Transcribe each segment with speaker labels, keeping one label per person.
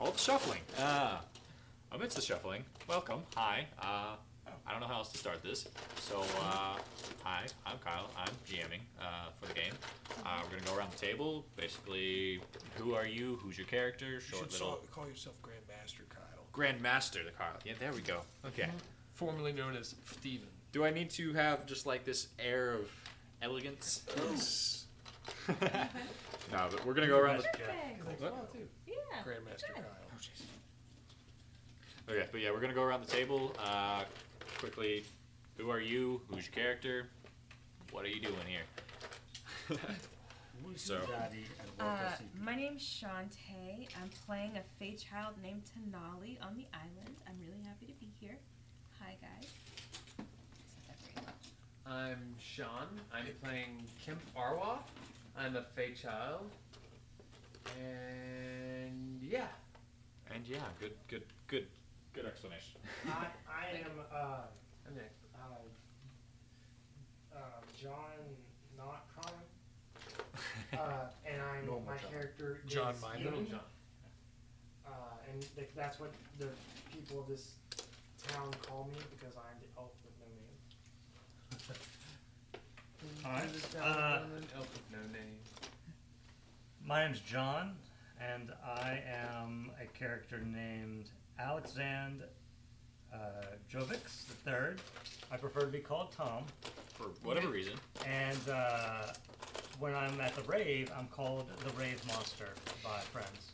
Speaker 1: Oh, Shuffling. Ah. Amidst the shuffling, welcome. Hi. Uh, I don't know how else to start this. So, uh, hi, I'm Kyle. I'm GMing uh, for the game. Uh, we're going to go around the table. Basically, who are you? Who's your character?
Speaker 2: You should
Speaker 1: Short
Speaker 2: so-
Speaker 1: little.
Speaker 2: call yourself Grand Master Kyle.
Speaker 1: Grandmaster, the Kyle. Yeah, there we go. Okay.
Speaker 2: Mm-hmm.
Speaker 3: formerly known as Steven.
Speaker 1: Do I need to have just like this air of elegance?
Speaker 2: Yes.
Speaker 1: no, but we're going to go around the.
Speaker 4: Perfect.
Speaker 1: What?
Speaker 4: Yeah.
Speaker 2: Grandmaster
Speaker 4: Oh, Good.
Speaker 2: Kyle.
Speaker 1: Oh, Okay, but yeah, we're gonna go around the table uh, quickly. Who are you? Who's your character? What are you doing here? so,
Speaker 4: Uh, my name's Shantae. I'm playing a fae child named Tanali on the island. I'm really happy to be here. Hi, guys.
Speaker 3: I'm Sean. I'm playing Kemp Arwa. I'm a Fey child. And yeah.
Speaker 1: and yeah, good, good, good, good explanation.
Speaker 5: I, I am uh,
Speaker 3: I'm Nick.
Speaker 5: uh, uh, John, not Colin, uh, and I'm
Speaker 2: Normal
Speaker 5: my
Speaker 2: John.
Speaker 5: character
Speaker 2: John
Speaker 5: is
Speaker 2: Minor.
Speaker 3: Little
Speaker 5: Ian,
Speaker 3: John.
Speaker 5: uh, and th- that's what the people of this town call me because I'm the elf with no name.
Speaker 6: Alright,
Speaker 3: Just
Speaker 6: uh,
Speaker 3: an elf Oh, with no name.
Speaker 6: My name's John, and I am a character named Alexand uh, Jovics the Third. I prefer to be called Tom.
Speaker 1: For whatever reason,
Speaker 6: And uh, when I'm at the rave, I'm called the Rave Monster by friends.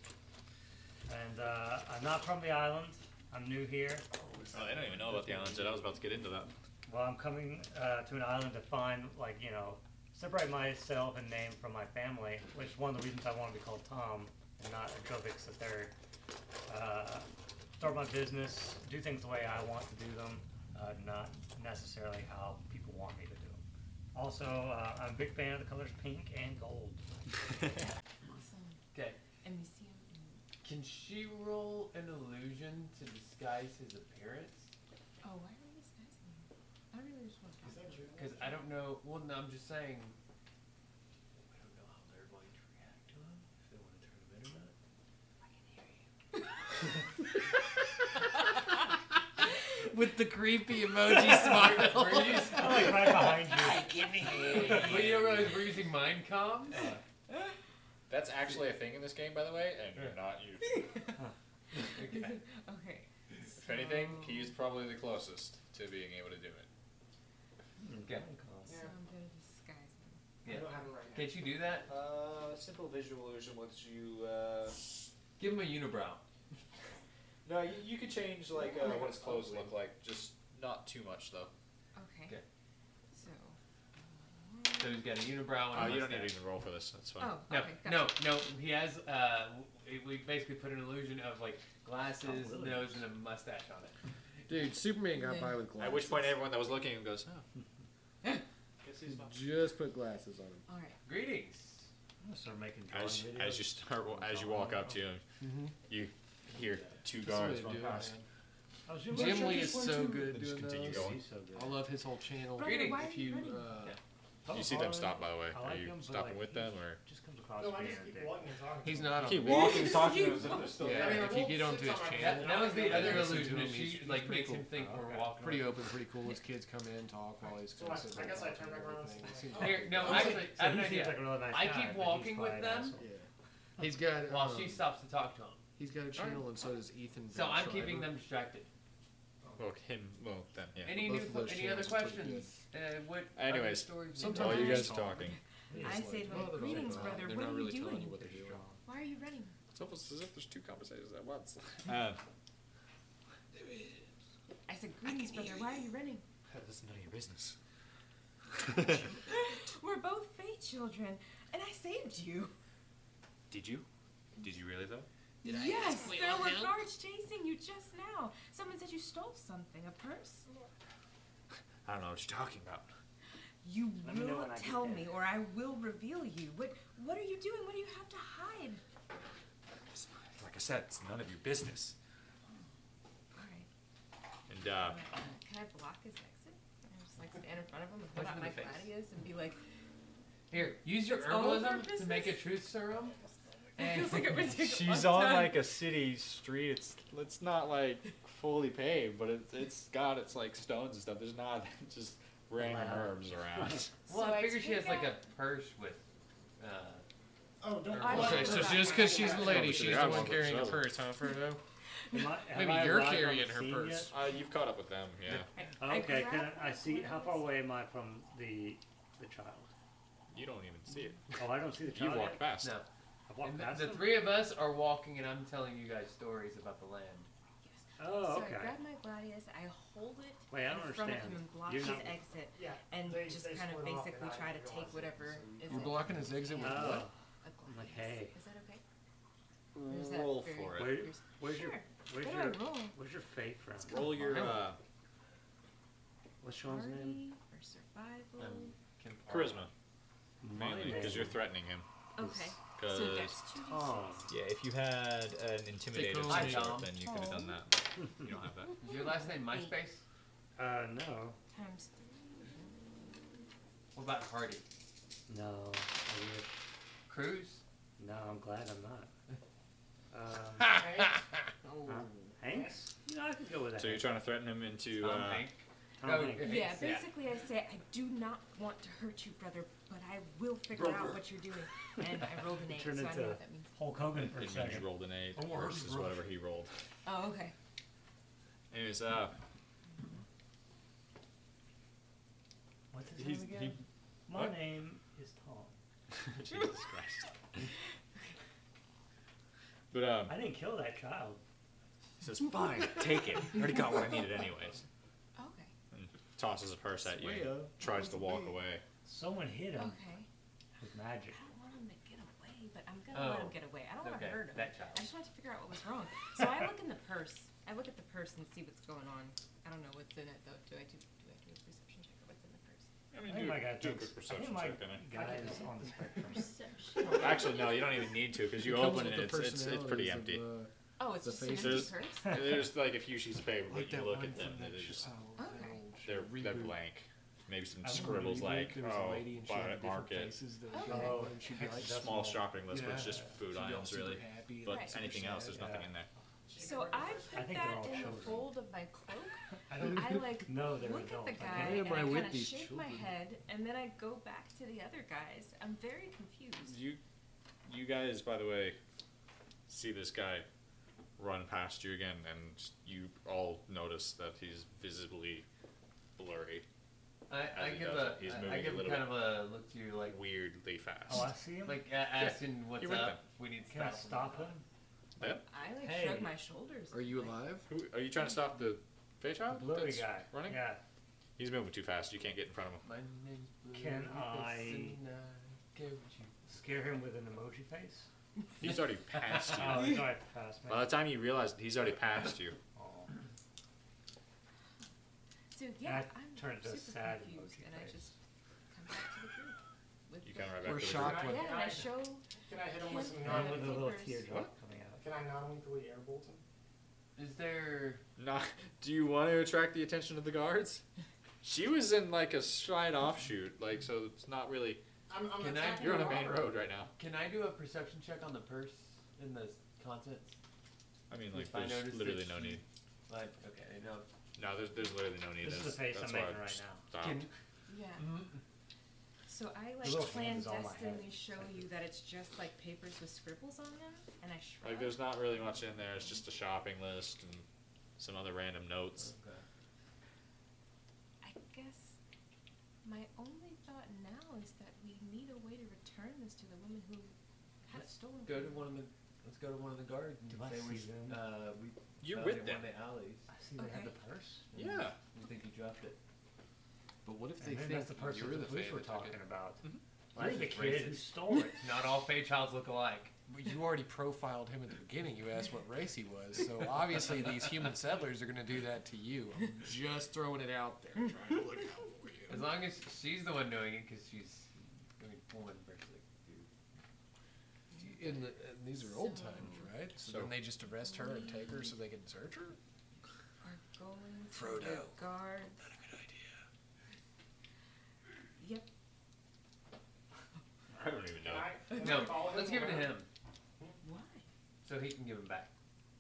Speaker 6: And uh, I'm not from the island. I'm new here.
Speaker 1: oh, they don't even know about the island yet. I was about to get into that.
Speaker 6: Well, I'm coming uh, to an island to find, like, you know, separate myself and name from my family, which is one of the reasons I want to be called Tom and not Jovix the Third. Uh, start my business, do things the way I want to do them, uh, not necessarily how people want me to do them. Also, uh, I'm a big fan of the colors pink and gold.
Speaker 4: Awesome.
Speaker 3: Okay.
Speaker 4: And we see him.
Speaker 3: Can she roll an illusion to disguise his appearance?
Speaker 4: Oh, why are we disguising him? I really just want to
Speaker 5: Is
Speaker 4: talk.
Speaker 5: that true?
Speaker 3: Because I don't know. Well, no, I'm just saying. I don't know how they're going to react to him. If they want to turn him in or not.
Speaker 4: I can hear you.
Speaker 3: With the creepy emoji smile. Were you,
Speaker 6: I'm like right behind you.
Speaker 3: well, you don't realize we're using mind comms?
Speaker 1: That's actually a thing in this game, by the way, and you're not you.
Speaker 3: Okay.
Speaker 4: Okay.
Speaker 1: If anything, he's probably the closest to being able to do it.
Speaker 3: Okay.
Speaker 4: So I'm gonna disguise him.
Speaker 3: Yeah.
Speaker 5: I don't have it right
Speaker 3: Can't you do that?
Speaker 1: Uh, simple visual illusion lets you. Uh,
Speaker 3: Give him a unibrow.
Speaker 1: no, you, you could change
Speaker 5: like, uh, what his
Speaker 1: clothes look like, just not too much though.
Speaker 4: Okay.
Speaker 3: Okay.
Speaker 4: So.
Speaker 3: So he's got a unibrow
Speaker 1: Uh,
Speaker 3: and a
Speaker 1: you don't need to
Speaker 3: mustache.
Speaker 1: even roll for this. That's fine.
Speaker 4: Oh,
Speaker 3: No,
Speaker 4: okay. gotcha.
Speaker 3: no, no. He has. Uh, w- we basically put an illusion of like glasses,
Speaker 6: Oh, really?
Speaker 3: nose, and a mustache on it.
Speaker 7: Dude, Superman got
Speaker 4: Yeah.
Speaker 7: by with glasses.
Speaker 1: At which point, everyone that was looking goes, "Oh,
Speaker 5: Guess he's not.
Speaker 7: just put glasses on him.
Speaker 4: All right.
Speaker 3: Greetings.
Speaker 6: So making drawing
Speaker 1: as,
Speaker 6: videos.
Speaker 1: as you start as you walk up to him, you hear two guards run past.
Speaker 6: Oh, Jim
Speaker 7: Jim
Speaker 6: Lee-
Speaker 7: Lee is so good
Speaker 1: They just
Speaker 7: doing
Speaker 1: continue
Speaker 7: those.
Speaker 1: going.
Speaker 6: so good.
Speaker 7: I love his whole channel.
Speaker 4: Brother,
Speaker 3: Greetings,
Speaker 4: why
Speaker 7: If
Speaker 4: are you
Speaker 7: you
Speaker 4: running?
Speaker 7: uh,
Speaker 1: You see
Speaker 6: Oh,
Speaker 1: them stop, by the way.
Speaker 6: I
Speaker 1: Are
Speaker 6: like
Speaker 1: you
Speaker 6: him, but,
Speaker 1: stopping
Speaker 6: like,
Speaker 1: with Oh, them, or
Speaker 6: Just comes across
Speaker 5: No, I
Speaker 6: being
Speaker 5: just
Speaker 6: a
Speaker 5: keep
Speaker 6: dick.
Speaker 5: walking and talking.
Speaker 7: he's not on.
Speaker 1: keep
Speaker 7: the-
Speaker 1: walking, talking to
Speaker 4: Just
Speaker 1: them as if they're still
Speaker 7: Yeah,
Speaker 3: I mean, I
Speaker 7: if you
Speaker 3: won't
Speaker 7: get onto
Speaker 3: sit
Speaker 7: his
Speaker 3: on my-
Speaker 7: channel,
Speaker 3: That, that was the
Speaker 7: Yeah,
Speaker 3: other
Speaker 7: listen to
Speaker 3: illusion.
Speaker 7: him,
Speaker 3: Is
Speaker 7: he's-
Speaker 3: she
Speaker 7: he's
Speaker 3: like
Speaker 7: pretty
Speaker 3: makes him
Speaker 7: cool. Uh,
Speaker 3: think we're
Speaker 6: okay.
Speaker 3: walking.
Speaker 7: pretty open, pretty cool. His kids come in, talk while he's.
Speaker 5: So I- I guess I turn back around and
Speaker 7: everything.
Speaker 5: see
Speaker 7: He's-
Speaker 5: my-
Speaker 3: Here, no,
Speaker 6: So he
Speaker 3: actually, I have an
Speaker 6: seems
Speaker 3: idea.
Speaker 6: like a really nice
Speaker 3: I
Speaker 6: guy,
Speaker 3: keep
Speaker 6: but he's
Speaker 3: walking with
Speaker 6: probably an
Speaker 3: them.
Speaker 6: asshole.
Speaker 7: Yeah. He's got.
Speaker 3: While
Speaker 7: um,
Speaker 3: she stops to talk to him.
Speaker 7: he's got a channel, and so does Ethan.
Speaker 3: So I'm
Speaker 7: Belshimer.
Speaker 3: keeping them distracted.
Speaker 1: well, him, well, them, yeah.
Speaker 3: Any
Speaker 7: Both
Speaker 3: new,
Speaker 7: of those
Speaker 3: any other
Speaker 7: channels are pretty
Speaker 3: questions? Uh, what
Speaker 1: Anyways,
Speaker 3: other stories?
Speaker 7: sometimes-
Speaker 1: While you guys are
Speaker 7: Sometimes-
Speaker 1: talking,
Speaker 4: I say to
Speaker 7: Well, they're
Speaker 4: him,
Speaker 7: not
Speaker 4: "Greetings,
Speaker 7: really-
Speaker 4: brother.
Speaker 7: They're
Speaker 4: What
Speaker 7: not
Speaker 4: are
Speaker 7: really
Speaker 4: you
Speaker 7: telling you
Speaker 4: doing?
Speaker 7: what they're doing.
Speaker 4: Why are you running?"
Speaker 1: it's almost as if there's two conversations at once. Uh,
Speaker 4: I said, "Greetings, brother. Why are you running?"
Speaker 1: that's none of your business.
Speaker 4: We're both fate children, and I saved you.
Speaker 1: Did you? Did you really though?
Speaker 4: yes, there were guards chasing you just now. Someone said you stole something, a purse.
Speaker 1: I don't know what you're talking about.
Speaker 4: You
Speaker 6: Let me know
Speaker 4: will
Speaker 6: when I get
Speaker 4: tell
Speaker 6: there.
Speaker 4: me, or I will reveal you. What What are you doing? What do you have to hide?
Speaker 1: It's- Like I said, it's none of your business.
Speaker 4: All right.
Speaker 1: And uh,
Speaker 4: I'm gonna- Can I block his exit? I just like stand in front of him and put
Speaker 3: Punch
Speaker 4: out
Speaker 3: him in
Speaker 4: my
Speaker 3: the face.
Speaker 4: gladius and be like,
Speaker 3: Here, use your
Speaker 4: It's all of our
Speaker 3: herbalism to make a
Speaker 4: business.
Speaker 3: truth serum
Speaker 4: It feels like it would take a
Speaker 1: She's on
Speaker 4: long time.
Speaker 1: like a city street. It's it's not like fully paved, but it, it's got its like stones and stuff. There's not just random
Speaker 6: Wow.
Speaker 1: herbs around.
Speaker 3: Well,
Speaker 4: So
Speaker 3: I
Speaker 4: I
Speaker 3: figure she
Speaker 4: take
Speaker 3: has like a
Speaker 4: out-
Speaker 3: purse with. Uh,
Speaker 5: Oh, don't.
Speaker 3: I
Speaker 7: Okay,
Speaker 3: don't
Speaker 7: so
Speaker 3: know.
Speaker 7: just because she's the lady,
Speaker 1: Yeah,
Speaker 7: she's the
Speaker 1: I'm
Speaker 7: one
Speaker 1: on the
Speaker 7: carrying the
Speaker 1: seven.
Speaker 7: purse, huh, Frodo?
Speaker 6: Am I, have
Speaker 7: Maybe
Speaker 6: I
Speaker 7: you're
Speaker 6: arrived on the
Speaker 7: carrying her
Speaker 6: scene
Speaker 7: purse.
Speaker 6: yet?
Speaker 1: Uh, you've caught up with them, yeah.
Speaker 4: I
Speaker 6: Oh, Okay,
Speaker 4: grab
Speaker 6: can I, I
Speaker 4: one
Speaker 6: see
Speaker 4: of
Speaker 6: how
Speaker 4: those.
Speaker 6: far away am I from the the child?
Speaker 1: You don't even see it.
Speaker 6: Oh, I don't see the
Speaker 1: You
Speaker 6: child.
Speaker 1: walked
Speaker 6: yet?
Speaker 1: past.
Speaker 3: no.
Speaker 6: I walked
Speaker 3: And
Speaker 6: past
Speaker 3: the, the
Speaker 6: them?
Speaker 3: three of us are walking, and I'm telling you guys stories about the land.
Speaker 6: Oh,
Speaker 4: So I
Speaker 6: okay.
Speaker 4: grab my gladius, I hold it
Speaker 6: Wait, I
Speaker 4: in
Speaker 6: don't
Speaker 4: front of
Speaker 6: understand.
Speaker 4: him and block
Speaker 6: You're
Speaker 4: his
Speaker 6: not-
Speaker 4: exit,
Speaker 5: Yeah.
Speaker 4: and
Speaker 5: They-
Speaker 4: just
Speaker 5: they
Speaker 4: kind of
Speaker 5: split off,
Speaker 4: basically
Speaker 5: and I
Speaker 4: try to
Speaker 5: didn't
Speaker 4: take
Speaker 5: realize it,
Speaker 4: whatever
Speaker 5: so
Speaker 4: is
Speaker 7: We're
Speaker 4: in
Speaker 7: blocking his exit with
Speaker 6: Oh.
Speaker 7: what?
Speaker 4: a gladius.
Speaker 6: Okay.
Speaker 4: Is that okay? There's that
Speaker 1: Roll
Speaker 4: very-
Speaker 1: for it.
Speaker 6: Where,
Speaker 4: Here's-
Speaker 6: where's your
Speaker 4: Sure.
Speaker 6: where's
Speaker 4: What
Speaker 6: your
Speaker 4: do I roll?
Speaker 6: where's your fate from?
Speaker 1: Roll your uh,
Speaker 6: What's Sean's name?
Speaker 4: Party or survival?
Speaker 3: Um, can-
Speaker 1: charisma
Speaker 6: My
Speaker 1: mainly because
Speaker 6: name
Speaker 1: you're threatening him.
Speaker 4: okay.
Speaker 1: Because
Speaker 4: So that's two d6.
Speaker 6: uh, Tom.
Speaker 8: yeah, if you had an intimidate
Speaker 7: Take
Speaker 8: of
Speaker 7: a-
Speaker 3: Hi,
Speaker 8: some sort,
Speaker 3: Tom.
Speaker 8: then you could have done that. You don't have that.
Speaker 3: Is your last name MySpace?
Speaker 6: Uh, no,
Speaker 4: Times three.
Speaker 3: What about Hardy?
Speaker 6: no, I wish.
Speaker 3: Cruz?
Speaker 6: No, I'm glad I'm not. Um,
Speaker 3: Hank?
Speaker 7: Oh.
Speaker 6: Huh? Hanks? You know, I could go with that.
Speaker 1: So you're trying to threaten him into.
Speaker 3: Tom Oh,
Speaker 1: Uh,
Speaker 3: Hank?
Speaker 6: Tom
Speaker 3: No,
Speaker 6: Hanks.
Speaker 4: Yeah,
Speaker 3: Hanks,
Speaker 4: basically I say I do not want to hurt you, brother, but I will figure out what you're doing. And I rolled an eight, so I
Speaker 6: Turned
Speaker 4: know
Speaker 6: into-
Speaker 4: what that means.
Speaker 6: Hulk Hogan for a
Speaker 1: it means you
Speaker 6: second.
Speaker 1: rolled an eight
Speaker 7: Oh, word.
Speaker 1: versus whatever he rolled.
Speaker 4: Oh, okay.
Speaker 1: Anyways, uh,
Speaker 6: What's his
Speaker 1: he's,
Speaker 6: name again?
Speaker 1: he
Speaker 6: My
Speaker 1: what?
Speaker 6: name is Tom.
Speaker 1: Jesus Christ. But um,
Speaker 6: I didn't kill that child.
Speaker 1: he says, "Fine, take it. Already got what I needed, anyways."
Speaker 4: Okay.
Speaker 1: Tosses a purse at you. and Tries to walk away.
Speaker 6: Someone hit him
Speaker 4: Okay.
Speaker 6: with magic.
Speaker 4: I don't want him to get away, but I'm gonna let
Speaker 3: Oh.
Speaker 4: him get away. I don't want to
Speaker 3: Okay,
Speaker 4: hurt him.
Speaker 3: that child.
Speaker 4: I just want to figure out what was wrong. So I look in the purse. I look at the purse and see what's going on. I don't know what's in it though. Do I do do I do a perception check or what's in the purse?
Speaker 1: I
Speaker 6: I
Speaker 1: mean,
Speaker 6: think
Speaker 1: do,
Speaker 6: my
Speaker 1: do
Speaker 6: guy
Speaker 1: a
Speaker 6: thinks-
Speaker 1: quick perception
Speaker 6: I think my
Speaker 1: check on it.
Speaker 6: guy is on the spectrum.
Speaker 4: Perception.
Speaker 1: Actually, no, you don't even need to because you
Speaker 7: It comes
Speaker 1: open
Speaker 7: with
Speaker 1: it.
Speaker 7: the
Speaker 1: It's, it's it's pretty
Speaker 7: personalities of,
Speaker 1: empty.
Speaker 7: uh,
Speaker 4: Oh, it's
Speaker 7: The
Speaker 4: just an empty
Speaker 1: faces.
Speaker 4: purse.
Speaker 1: There's like a few sheets of paper,
Speaker 7: like that
Speaker 1: but you look
Speaker 7: one
Speaker 1: at them,
Speaker 7: from
Speaker 1: and
Speaker 7: that
Speaker 1: they're
Speaker 7: sh-
Speaker 1: just
Speaker 7: oh, that
Speaker 4: Okay.
Speaker 7: old
Speaker 1: they're they're
Speaker 7: reboot.
Speaker 1: blank. Maybe some
Speaker 7: I remember
Speaker 1: scribbles
Speaker 7: reboot,
Speaker 1: like,
Speaker 7: there was a
Speaker 1: oh,
Speaker 7: lady and she
Speaker 1: buy
Speaker 7: had
Speaker 1: at
Speaker 7: different
Speaker 1: market. Oh.
Speaker 7: faces that would go
Speaker 4: Okay.
Speaker 7: on, and she'd be
Speaker 6: Hex
Speaker 7: like,
Speaker 6: decimal.
Speaker 1: Small shopping list, but it's
Speaker 7: Yeah.
Speaker 1: just food
Speaker 7: She'd be all
Speaker 1: items
Speaker 7: super
Speaker 1: really.
Speaker 7: happy and
Speaker 1: But
Speaker 7: super
Speaker 1: anything
Speaker 7: sad.
Speaker 1: else, there's nothing
Speaker 6: Yeah.
Speaker 1: in there.
Speaker 4: So I
Speaker 6: I
Speaker 4: put
Speaker 6: think they're all
Speaker 4: that in the
Speaker 6: children.
Speaker 4: fold of my cloak.
Speaker 6: I don't
Speaker 4: I like
Speaker 6: know they're
Speaker 4: look at
Speaker 6: adults.
Speaker 4: the
Speaker 6: I
Speaker 4: guy
Speaker 6: can't-
Speaker 7: am
Speaker 4: and I,
Speaker 7: I with
Speaker 4: kind of
Speaker 7: these
Speaker 4: shake my
Speaker 7: children?
Speaker 4: head, and then I go back to the other guys. I'm very confused.
Speaker 1: You, you guys, by the way, see this guy run past you again, and you all notice that he's visibly blurry,
Speaker 3: I, I
Speaker 1: As he
Speaker 3: give
Speaker 1: does
Speaker 3: a,
Speaker 1: it, he's
Speaker 3: I- I
Speaker 1: moving a
Speaker 3: give
Speaker 1: little
Speaker 3: kind of a look to you like,
Speaker 1: weirdly fast.
Speaker 6: Oh, I see him.
Speaker 3: like a- asking what's
Speaker 1: You're with
Speaker 3: up. We need to
Speaker 6: Can I
Speaker 3: stop
Speaker 6: stop him?
Speaker 4: I like
Speaker 6: Hey.
Speaker 4: shrug my shoulders.
Speaker 7: Are you
Speaker 4: like,
Speaker 7: alive?
Speaker 1: Who, are you trying to stop the
Speaker 6: The
Speaker 4: Oh,
Speaker 1: Fairchild?
Speaker 6: blurry
Speaker 1: that's
Speaker 6: guy.
Speaker 1: running?
Speaker 6: Yeah.
Speaker 1: He's moving too fast. You can't get in front of him.
Speaker 3: My name's Blue.
Speaker 6: Can
Speaker 3: Yes,
Speaker 6: I-
Speaker 3: and I go with you.
Speaker 6: Scare him with an emoji face.
Speaker 1: He's already past
Speaker 6: Oh,
Speaker 1: you.
Speaker 6: he's already passed me.
Speaker 1: By the time you realize he's already past you,
Speaker 6: Oh.
Speaker 4: So yeah,
Speaker 6: I
Speaker 4: I'm
Speaker 6: turned to a
Speaker 4: super
Speaker 6: sad
Speaker 4: confused,
Speaker 6: emoji
Speaker 4: and I
Speaker 6: face.
Speaker 4: just come back to the group. With
Speaker 1: you
Speaker 4: the-
Speaker 1: come right back
Speaker 7: We're
Speaker 1: to the
Speaker 7: shocked
Speaker 1: group.
Speaker 7: when
Speaker 4: Yeah, and I
Speaker 5: Right.
Speaker 4: show.
Speaker 5: Can I hit him with some
Speaker 4: Him
Speaker 6: One
Speaker 5: non?
Speaker 6: with a little
Speaker 4: Papers.
Speaker 6: teardrop coming out.
Speaker 5: Can I non-lethally airbolt him?
Speaker 3: Is there?
Speaker 1: Nah, do you want to attract the attention of the guards? She was in like a side offshoot, like so it's not really.
Speaker 5: I'm, I'm
Speaker 3: Can I-
Speaker 5: attacking
Speaker 1: You're on
Speaker 5: the
Speaker 1: a main
Speaker 5: robber.
Speaker 1: road right now.
Speaker 3: Can I do a perception check on the purse and the contents?
Speaker 1: I mean,
Speaker 3: If I
Speaker 1: like there's
Speaker 3: notice
Speaker 1: literally
Speaker 3: that
Speaker 1: no
Speaker 3: she-
Speaker 1: need.
Speaker 3: Like, okay, no.
Speaker 1: No, there's there's literally no need.
Speaker 6: This is the
Speaker 1: That's-
Speaker 6: face
Speaker 1: that's
Speaker 6: I'm
Speaker 1: why I
Speaker 6: making right
Speaker 1: just
Speaker 6: now.
Speaker 1: stopped.
Speaker 3: Can,
Speaker 4: Yeah.
Speaker 3: mm,
Speaker 4: So I
Speaker 6: little
Speaker 4: like
Speaker 6: hand is on my head.
Speaker 4: clandestinely show you that it's just like papers with scribbles on them, and I shrug.
Speaker 1: Like there's not really much in there. It's just a shopping list and some other random notes.
Speaker 3: okay.
Speaker 4: I guess my only thought now is that we need a way to return this to the woman who had it stolen.
Speaker 3: Go to
Speaker 4: from
Speaker 3: one of the. Let's go to one of the guards and
Speaker 6: Do I
Speaker 3: say we.
Speaker 6: see them?
Speaker 3: Uh, we
Speaker 1: You're
Speaker 3: found
Speaker 1: with
Speaker 3: it in
Speaker 1: them.
Speaker 3: One of the alleys.
Speaker 6: I see they have the
Speaker 4: Okay.
Speaker 6: purse.
Speaker 3: and
Speaker 1: Yeah.
Speaker 3: We think you dropped it.
Speaker 7: But what if
Speaker 6: And
Speaker 7: they
Speaker 6: maybe
Speaker 7: think
Speaker 6: that's the purse
Speaker 7: you're
Speaker 6: that
Speaker 7: the
Speaker 6: the police
Speaker 7: fave
Speaker 6: were
Speaker 7: that took it?
Speaker 6: talking about.
Speaker 1: Mm-hmm.
Speaker 3: Well,
Speaker 6: You're the
Speaker 3: that's
Speaker 6: kid
Speaker 3: racist.
Speaker 6: who stole it.
Speaker 3: Not all Fairchilds look alike.
Speaker 7: But you already profiled him at the beginning. You asked what race he was, so obviously these human settlers are going to do that to you. I'm just throwing it out there, trying to look out for you.
Speaker 3: As long as she's the one doing it, because she's. I mean, woman versus dude.
Speaker 7: In the, and these are old times, right? So,
Speaker 1: So-
Speaker 7: then they just arrest her and take her so they can search her.
Speaker 4: Are going to the
Speaker 7: Frodo.
Speaker 4: guards.
Speaker 7: Not a good idea.
Speaker 4: Yep.
Speaker 1: I don't even
Speaker 5: Can
Speaker 1: know.
Speaker 5: I, can I
Speaker 3: No,
Speaker 5: follow
Speaker 3: let's
Speaker 5: him
Speaker 3: give it to
Speaker 5: around?
Speaker 3: him. so he can give them back.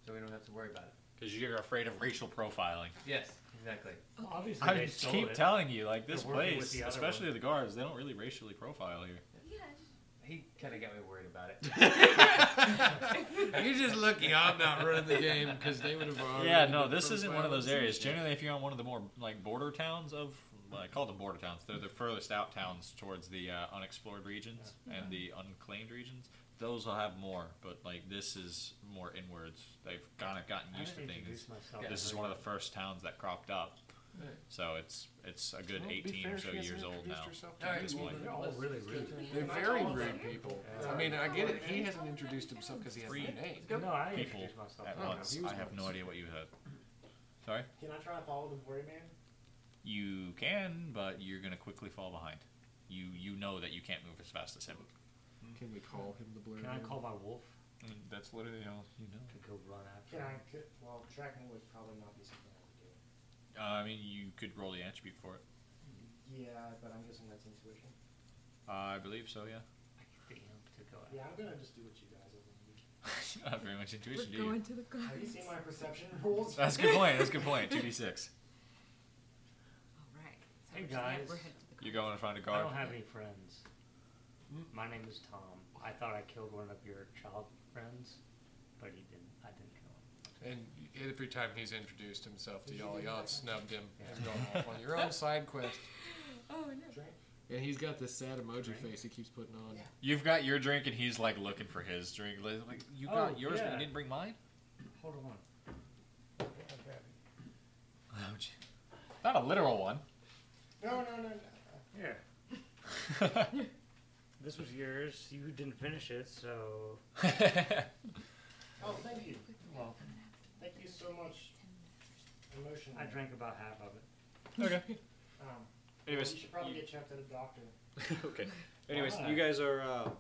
Speaker 3: So we don't have to worry about it.
Speaker 1: Because you're afraid of racial profiling.
Speaker 3: Yes, exactly.
Speaker 6: Obviously,
Speaker 1: I
Speaker 6: they
Speaker 1: just
Speaker 6: sold
Speaker 1: keep
Speaker 6: it.
Speaker 1: telling you, like this
Speaker 6: They're working with
Speaker 1: place,
Speaker 6: the other
Speaker 1: especially the guards, they don't really racially profile here.
Speaker 4: Yeah.
Speaker 3: He kind of got me worried about it.
Speaker 7: You're just lucky I'm not running the game because they would have already.
Speaker 1: Yeah, no,
Speaker 7: been
Speaker 1: this isn't one of those
Speaker 7: profiling.
Speaker 1: areas. Generally, if you're on one of the more like border towns of, well, I call them border towns. They're the furthest out towns towards the uh, unexplored regions and the unclaimed regions. Those will have more, but like this is more inwards. They've kind of gotten
Speaker 6: I
Speaker 1: used to
Speaker 6: didn't
Speaker 1: things.
Speaker 6: introduce myself.
Speaker 3: Yeah.
Speaker 1: This is one of the first towns that cropped up,
Speaker 7: Right.
Speaker 1: so it's it's a good
Speaker 7: Well, be
Speaker 1: 18
Speaker 7: fair,
Speaker 1: or
Speaker 7: she
Speaker 1: so
Speaker 7: hasn't
Speaker 1: years old
Speaker 7: introduced
Speaker 1: now.
Speaker 7: herself to
Speaker 1: at
Speaker 7: Alright,
Speaker 1: this
Speaker 7: well,
Speaker 1: point.
Speaker 6: They're all really rude.
Speaker 7: They're very rude people. I mean, I get it. He hasn't introduced himself because he has a
Speaker 1: Three.
Speaker 7: name.
Speaker 6: No, I didn't
Speaker 1: people
Speaker 6: introduce myself.
Speaker 1: at
Speaker 7: Oh,
Speaker 1: once.
Speaker 7: he was
Speaker 1: I have no
Speaker 7: once.
Speaker 1: idea what you heard. Sorry?
Speaker 5: Can I try and follow the boy man?
Speaker 1: You can, but you're gonna quickly fall behind. You you know that you can't move as fast as him.
Speaker 7: Can we call him the Blair?
Speaker 6: Can I
Speaker 7: Man?
Speaker 6: call my wolf
Speaker 1: that's literally all you know.
Speaker 6: to go run after?
Speaker 5: Can
Speaker 6: him?
Speaker 5: I, could, well, tracking would probably not be something I would do.
Speaker 1: Uh, I mean, you could roll the attribute for it.
Speaker 5: Yeah, but I'm guessing that's intuition.
Speaker 1: Uh, I believe so. Yeah.
Speaker 6: Get the imp to go after.
Speaker 5: Yeah, I'm gonna just do what you guys are gonna do.
Speaker 1: Not very much intuition, do
Speaker 4: We're
Speaker 1: you?
Speaker 4: going to the
Speaker 5: Have you
Speaker 4: guards.
Speaker 5: seen my perception rules?
Speaker 1: That's a good point. That's a good point. Two d six.
Speaker 4: All right. So we're
Speaker 6: Hey,
Speaker 4: headed-
Speaker 6: guys.
Speaker 4: We're headed to the
Speaker 1: You're going to find a
Speaker 6: I
Speaker 1: guard.
Speaker 6: don't have any friends.
Speaker 1: Hmm?
Speaker 6: My name is Tom. I thought I killed one of your child friends, but he didn't. I didn't kill him.
Speaker 7: And every time he's introduced himself to y'all, y'all have snubbed him and gone off on your own side quest.
Speaker 4: guards. Oh, no.
Speaker 5: Drink.
Speaker 7: And he's got this sad emoji face he keeps putting on.
Speaker 5: Yeah.
Speaker 1: You've got your drink, and he's like looking for his drink. Like, like, you got
Speaker 6: Oh,
Speaker 1: yours, but
Speaker 6: yeah.
Speaker 1: you didn't bring mine.
Speaker 6: Hold on.
Speaker 1: Ouch. Oh, Not a literal one.
Speaker 5: No, no, no, no.
Speaker 6: Here. This was yours. You didn't finish it, so.
Speaker 5: Oh, thank you.
Speaker 6: Well,
Speaker 5: Thank you so much. Emotion.
Speaker 6: I drank about half of it.
Speaker 1: okay.
Speaker 5: Um, you
Speaker 1: Anyways,
Speaker 5: should probably
Speaker 1: you-
Speaker 5: get checked at a doctor.
Speaker 1: okay. Anyways,
Speaker 6: Why?
Speaker 1: you guys are uh,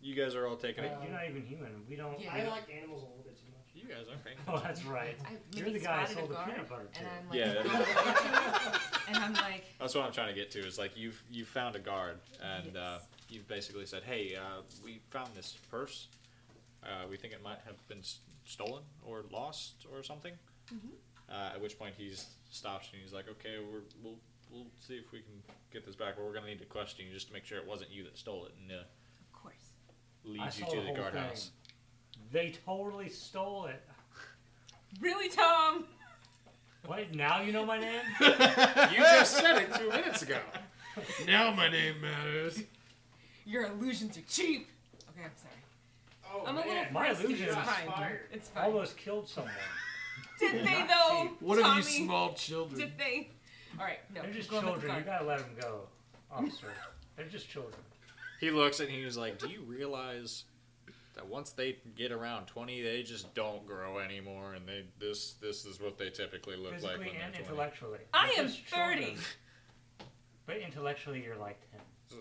Speaker 1: you guys are all taking it.
Speaker 5: Uh,
Speaker 6: You're not even human. We don't.
Speaker 4: Yeah.
Speaker 5: I like animals a little bit too much.
Speaker 1: You guys aren't paying
Speaker 6: Oh, that's right.
Speaker 4: I
Speaker 6: You're
Speaker 4: maybe
Speaker 6: the guy I
Speaker 4: spotted a
Speaker 6: sold the
Speaker 4: guard,
Speaker 6: peanut butter to.
Speaker 4: And I'm like,
Speaker 1: Yeah,
Speaker 4: and I'm like,
Speaker 1: That's what I'm trying to get to. Is like you've you found a guard and uh,
Speaker 4: Yes.
Speaker 1: you've basically said, "Hey, uh, we found this purse. Uh, we think it might have been s- stolen or lost or something." Uh, at which point he stops and he's like, "Okay, we're, we'll we'll see if we can get this back, but we're gonna need to question you just to make sure it wasn't you that stole it and uh,
Speaker 4: of course.
Speaker 6: I
Speaker 1: leads you
Speaker 6: saw
Speaker 1: to
Speaker 6: the
Speaker 1: the,
Speaker 6: whole
Speaker 1: guardhouse."
Speaker 6: They totally stole it.
Speaker 4: Really, Tom?
Speaker 6: Wait, now you know my name?
Speaker 7: You just said it two minutes ago. Now my name matters.
Speaker 4: Your illusions are cheap. Okay, I'm sorry.
Speaker 5: Oh,
Speaker 4: I'm a little
Speaker 5: man.
Speaker 6: my
Speaker 4: frosty.
Speaker 6: illusions
Speaker 4: It's fine.
Speaker 5: fired.
Speaker 4: It's fine.
Speaker 6: Almost killed someone.
Speaker 4: Did they though?
Speaker 7: What
Speaker 4: Tommy,
Speaker 7: are you small children?
Speaker 4: Did they? All right, no.
Speaker 6: They're just
Speaker 4: we're going with the
Speaker 6: children. You
Speaker 4: guard.
Speaker 6: gotta let them go, officer. They're just children.
Speaker 1: He looks and he's like, "Do you realize that once they get around 20, they just don't grow anymore, and they this this is what they typically look like
Speaker 6: Physically
Speaker 1: when
Speaker 6: and
Speaker 1: they're 20."
Speaker 6: intellectually.
Speaker 4: I
Speaker 6: They're
Speaker 4: am
Speaker 6: just children.
Speaker 4: 30.
Speaker 6: But intellectually, you're like 10.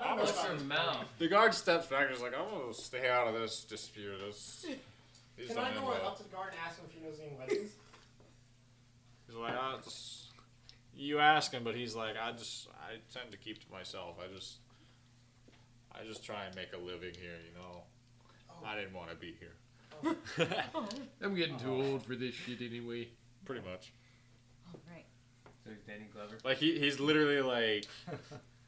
Speaker 5: I don't know if I-
Speaker 3: mouth.
Speaker 9: The guard steps back and is like, I'm gonna stay out of this dispute. This, these
Speaker 5: Can
Speaker 9: don't
Speaker 5: I
Speaker 9: end
Speaker 5: go
Speaker 9: well.
Speaker 5: up to the guard and ask him if he knows any weddings?
Speaker 9: He's like, "Ah, it's- you ask him, but he's like, I just, I tend to keep to myself. I just, I just try and make a living here, you know. I didn't want to be here,
Speaker 7: I'm getting too old for this shit anyway.
Speaker 9: pretty much.
Speaker 4: All right.
Speaker 3: There's Danny Glover.
Speaker 9: Like he, he's literally like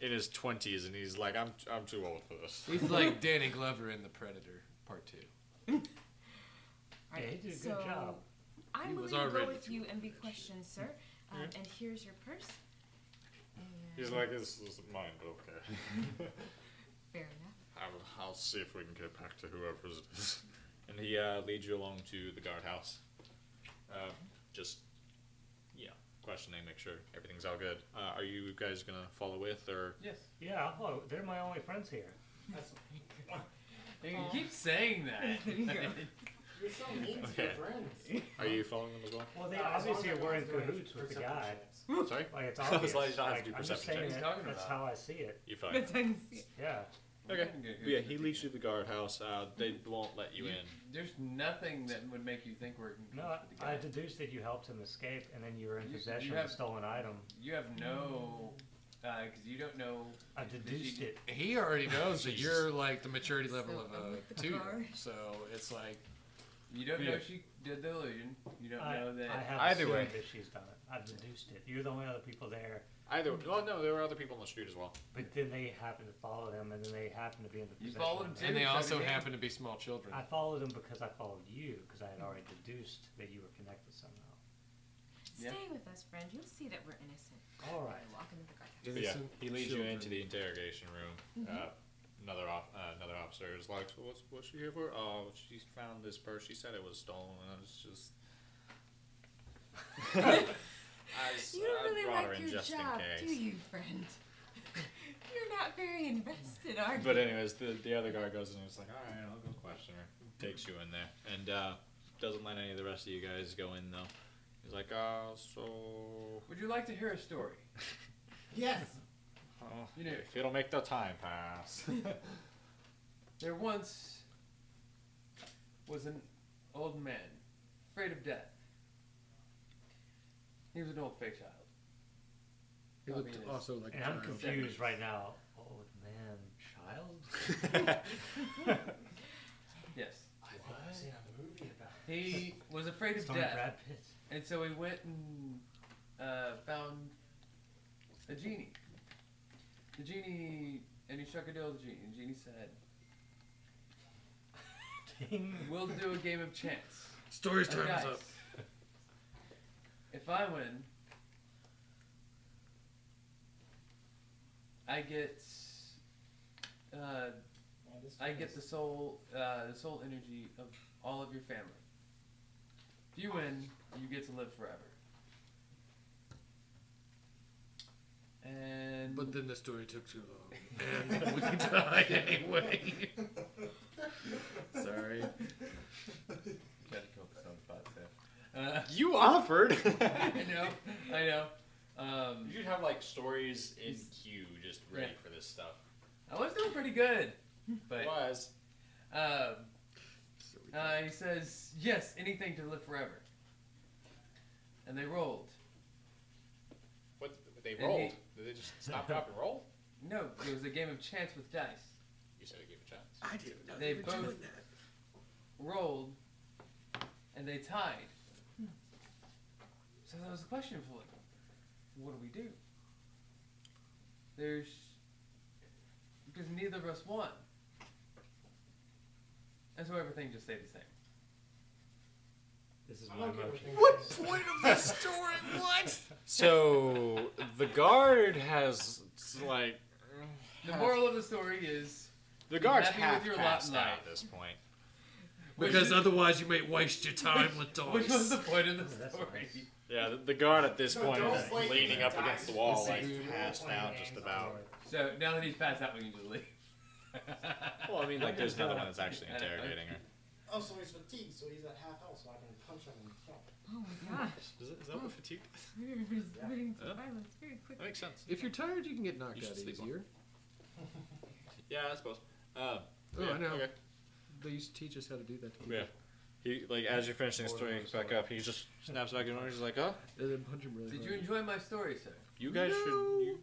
Speaker 9: in his twenties, and he's like, I'm, I'm too old for this.
Speaker 7: He's like Danny Glover in The Predator Part Two.
Speaker 4: All right.
Speaker 6: Yeah, he did a good
Speaker 4: so
Speaker 6: job.
Speaker 7: He
Speaker 4: I'm
Speaker 7: was
Speaker 4: willing to go
Speaker 7: already
Speaker 4: with you
Speaker 7: doing
Speaker 4: and be
Speaker 7: that
Speaker 4: questioned, sir. Um, And here's your purse. And
Speaker 9: He's like, this isn't mine, but okay.
Speaker 4: fair enough.
Speaker 9: I'll, I'll see if we can get back to whoever's it is. And he uh, leads you along to the guardhouse. Uh, just, yeah, questioning, make sure everything's all good. Uh, are you guys gonna follow with, or
Speaker 3: Yes.
Speaker 6: Yeah, I'll follow. They're my only friends here.
Speaker 5: That's,
Speaker 3: You keep saying that.
Speaker 4: There you go.
Speaker 5: you're so mean to your
Speaker 9: Okay.
Speaker 5: friends.
Speaker 9: are you following them as well?
Speaker 6: Well, they
Speaker 5: Uh, as long
Speaker 6: obviously
Speaker 5: as
Speaker 6: are
Speaker 5: that
Speaker 6: wearing
Speaker 5: guy's doing
Speaker 6: cahoots with the
Speaker 5: perception
Speaker 6: guy.
Speaker 5: checks.
Speaker 1: Sorry,
Speaker 6: Like it's
Speaker 9: I
Speaker 6: obvious.
Speaker 9: was like, you don't have
Speaker 6: like,
Speaker 9: to do
Speaker 6: I'm just
Speaker 9: perception
Speaker 6: saying
Speaker 3: checks.
Speaker 6: that
Speaker 3: Talking
Speaker 6: that's
Speaker 3: about.
Speaker 6: how I see it.
Speaker 9: you fine.
Speaker 4: That's how you see it.
Speaker 6: Yeah.
Speaker 9: Okay.
Speaker 3: You're gonna get
Speaker 9: Yeah,
Speaker 3: good
Speaker 9: he
Speaker 3: at
Speaker 9: leads you
Speaker 3: it.
Speaker 9: to the guardhouse. Uh, they won't let you in.
Speaker 3: There's nothing that would make you think we're
Speaker 6: No,
Speaker 3: going to the
Speaker 6: I
Speaker 3: guy.
Speaker 6: deduced that you helped him escape, and then you were in
Speaker 3: You-
Speaker 6: possession
Speaker 3: you
Speaker 6: of a
Speaker 3: have-
Speaker 6: stolen item.
Speaker 3: You have no because you don't know.
Speaker 6: I
Speaker 3: if
Speaker 6: deduced
Speaker 3: you-
Speaker 6: it.
Speaker 7: He already knows that you're like the maturity
Speaker 4: So
Speaker 7: level of
Speaker 4: I'm with
Speaker 7: a
Speaker 4: the
Speaker 7: two,
Speaker 4: car.
Speaker 7: so it's like
Speaker 3: You don't know
Speaker 7: Yeah.
Speaker 3: she did the illusion. You don't
Speaker 6: I,
Speaker 3: know that.
Speaker 6: I have
Speaker 1: Either
Speaker 6: assumed
Speaker 1: way.
Speaker 6: that she's done it. I've deduced it. You're the only other people there,
Speaker 1: Either well, no, there were other people on the street as well.
Speaker 6: but then they happen to follow them, and then they happen to be in the
Speaker 3: You
Speaker 6: position.
Speaker 3: followed him
Speaker 6: that-
Speaker 3: too.
Speaker 7: and they
Speaker 3: so
Speaker 7: also
Speaker 3: did he.
Speaker 7: happen to be small children.
Speaker 6: I followed them because I followed you because I had already deduced that you were connected somehow.
Speaker 3: Yeah.
Speaker 4: Stay with us, friend. You'll see that we're innocent.
Speaker 6: All right.
Speaker 4: Walk into the garden.
Speaker 1: But yeah,
Speaker 7: Innocent
Speaker 1: he leads you
Speaker 7: children.
Speaker 1: into the interrogation room.
Speaker 4: Mm-hmm.
Speaker 1: Uh, another op- uh, another officer is like, so what's what's she here for? Oh, she found this purse. She said it was stolen. And I was just. I, s-
Speaker 4: You don't
Speaker 1: I
Speaker 4: really
Speaker 1: brought her
Speaker 4: like
Speaker 1: in
Speaker 4: your
Speaker 1: just in
Speaker 4: job,
Speaker 1: case.
Speaker 4: do you, friend? You're not very invested, are you?
Speaker 1: But anyways, the, the other guard goes in and is like, all right, I'll go question her. Takes you in there and uh, doesn't let any of the rest of you guys go in though. He's like, uh, so
Speaker 3: Would you like to hear a story?
Speaker 5: Yes.
Speaker 1: oh,
Speaker 3: You know,
Speaker 1: if you don't make the time pass,
Speaker 3: there once was an old man afraid of death. He was an old fake child.
Speaker 7: He
Speaker 3: I
Speaker 7: looked
Speaker 3: mean, it's-
Speaker 7: also like
Speaker 6: And
Speaker 7: a
Speaker 6: I'm
Speaker 7: child.
Speaker 6: confused right now. Old man, child?
Speaker 3: Yes.
Speaker 5: I think I've seen a movie about
Speaker 3: He was afraid of
Speaker 6: Starring
Speaker 3: death.
Speaker 6: Brad Pitt.
Speaker 3: And so he went and uh, found a genie. The genie, and he shook a deal with the genie. And the genie said,
Speaker 6: Ding.
Speaker 3: We'll do a game of chance.
Speaker 7: Story's
Speaker 3: of
Speaker 7: time is
Speaker 3: dice.
Speaker 7: up.
Speaker 3: If I win, I get. Uh,
Speaker 5: Man, this
Speaker 3: I
Speaker 5: place-
Speaker 3: get the soul, uh, the soul energy of all of your family. If you win, you get to live forever. And
Speaker 7: But then the story took too long, and we died anyway. Sorry.
Speaker 3: uh,
Speaker 1: you offered.
Speaker 3: I know, I know. Um,
Speaker 1: You should have like stories in queue, just ready
Speaker 3: Yeah.
Speaker 1: for this stuff.
Speaker 3: I was doing pretty good, but
Speaker 1: Was
Speaker 3: um, uh, he says yes, anything to live forever. And they rolled.
Speaker 1: what they
Speaker 3: And
Speaker 1: rolled?
Speaker 3: he-
Speaker 1: Did they just stop, drop, and roll?
Speaker 3: No, it was a game of chance with dice.
Speaker 1: You said I gave a chance.
Speaker 7: I didn't know
Speaker 3: They both rolled and they tied. So that was the question for them. What do we do? There's because neither of us won. And so everything just stayed the same.
Speaker 6: This is
Speaker 5: I
Speaker 6: my
Speaker 5: like
Speaker 6: motion.
Speaker 5: everything.
Speaker 7: point of the story? What?
Speaker 1: So the guard has like
Speaker 3: The moral of the story is
Speaker 1: the
Speaker 3: Be guard's
Speaker 1: guard's
Speaker 3: happy
Speaker 1: half
Speaker 3: with half your lot in
Speaker 1: passed
Speaker 3: passed out
Speaker 1: out
Speaker 3: life.
Speaker 1: at
Speaker 3: at
Speaker 1: this point.
Speaker 7: Because otherwise you may waste your time with
Speaker 3: which
Speaker 7: dogs.
Speaker 3: was the point of the
Speaker 6: That's
Speaker 3: story.
Speaker 6: nice.
Speaker 1: Yeah, the, the guard at this
Speaker 5: So
Speaker 1: point
Speaker 5: don't
Speaker 1: is
Speaker 5: play
Speaker 1: leaning
Speaker 5: the
Speaker 1: up
Speaker 5: dice.
Speaker 1: against the wall,
Speaker 7: Let's
Speaker 1: like
Speaker 7: see.
Speaker 1: passed
Speaker 6: Playing
Speaker 1: out just
Speaker 6: games
Speaker 1: about.
Speaker 6: on
Speaker 3: So now that he's passed out, we can just leave.
Speaker 1: Well, I mean, like there's another
Speaker 6: Yeah.
Speaker 1: one that's actually
Speaker 3: Yeah.
Speaker 1: interrogating her.
Speaker 5: Also, he's fatigued, Oh, so he's at half health, so I can punch him and kill him.
Speaker 4: Oh my gosh.
Speaker 1: Is, it, is that what fatigue?
Speaker 4: We're moving to
Speaker 1: Huh?
Speaker 4: violence very
Speaker 1: That
Speaker 4: quickly.
Speaker 1: makes sense.
Speaker 7: If you're tired, you can get knocked
Speaker 1: You should
Speaker 7: out
Speaker 1: sleep on
Speaker 7: easier.
Speaker 1: Yeah, I suppose. Uh,
Speaker 7: Oh,
Speaker 1: yeah,
Speaker 7: I know.
Speaker 1: Okay.
Speaker 7: They used to teach us how to do that. To people.
Speaker 1: Yeah. He like as you're finishing the
Speaker 7: Or
Speaker 1: story, he
Speaker 7: those
Speaker 1: gets back
Speaker 7: sort of-
Speaker 1: up. He just snaps back in order. He's like, "Oh,
Speaker 7: And then punch 'em really
Speaker 3: Did
Speaker 7: hard.
Speaker 3: you enjoy my story, sir?
Speaker 1: you guys
Speaker 7: No.
Speaker 1: should. You,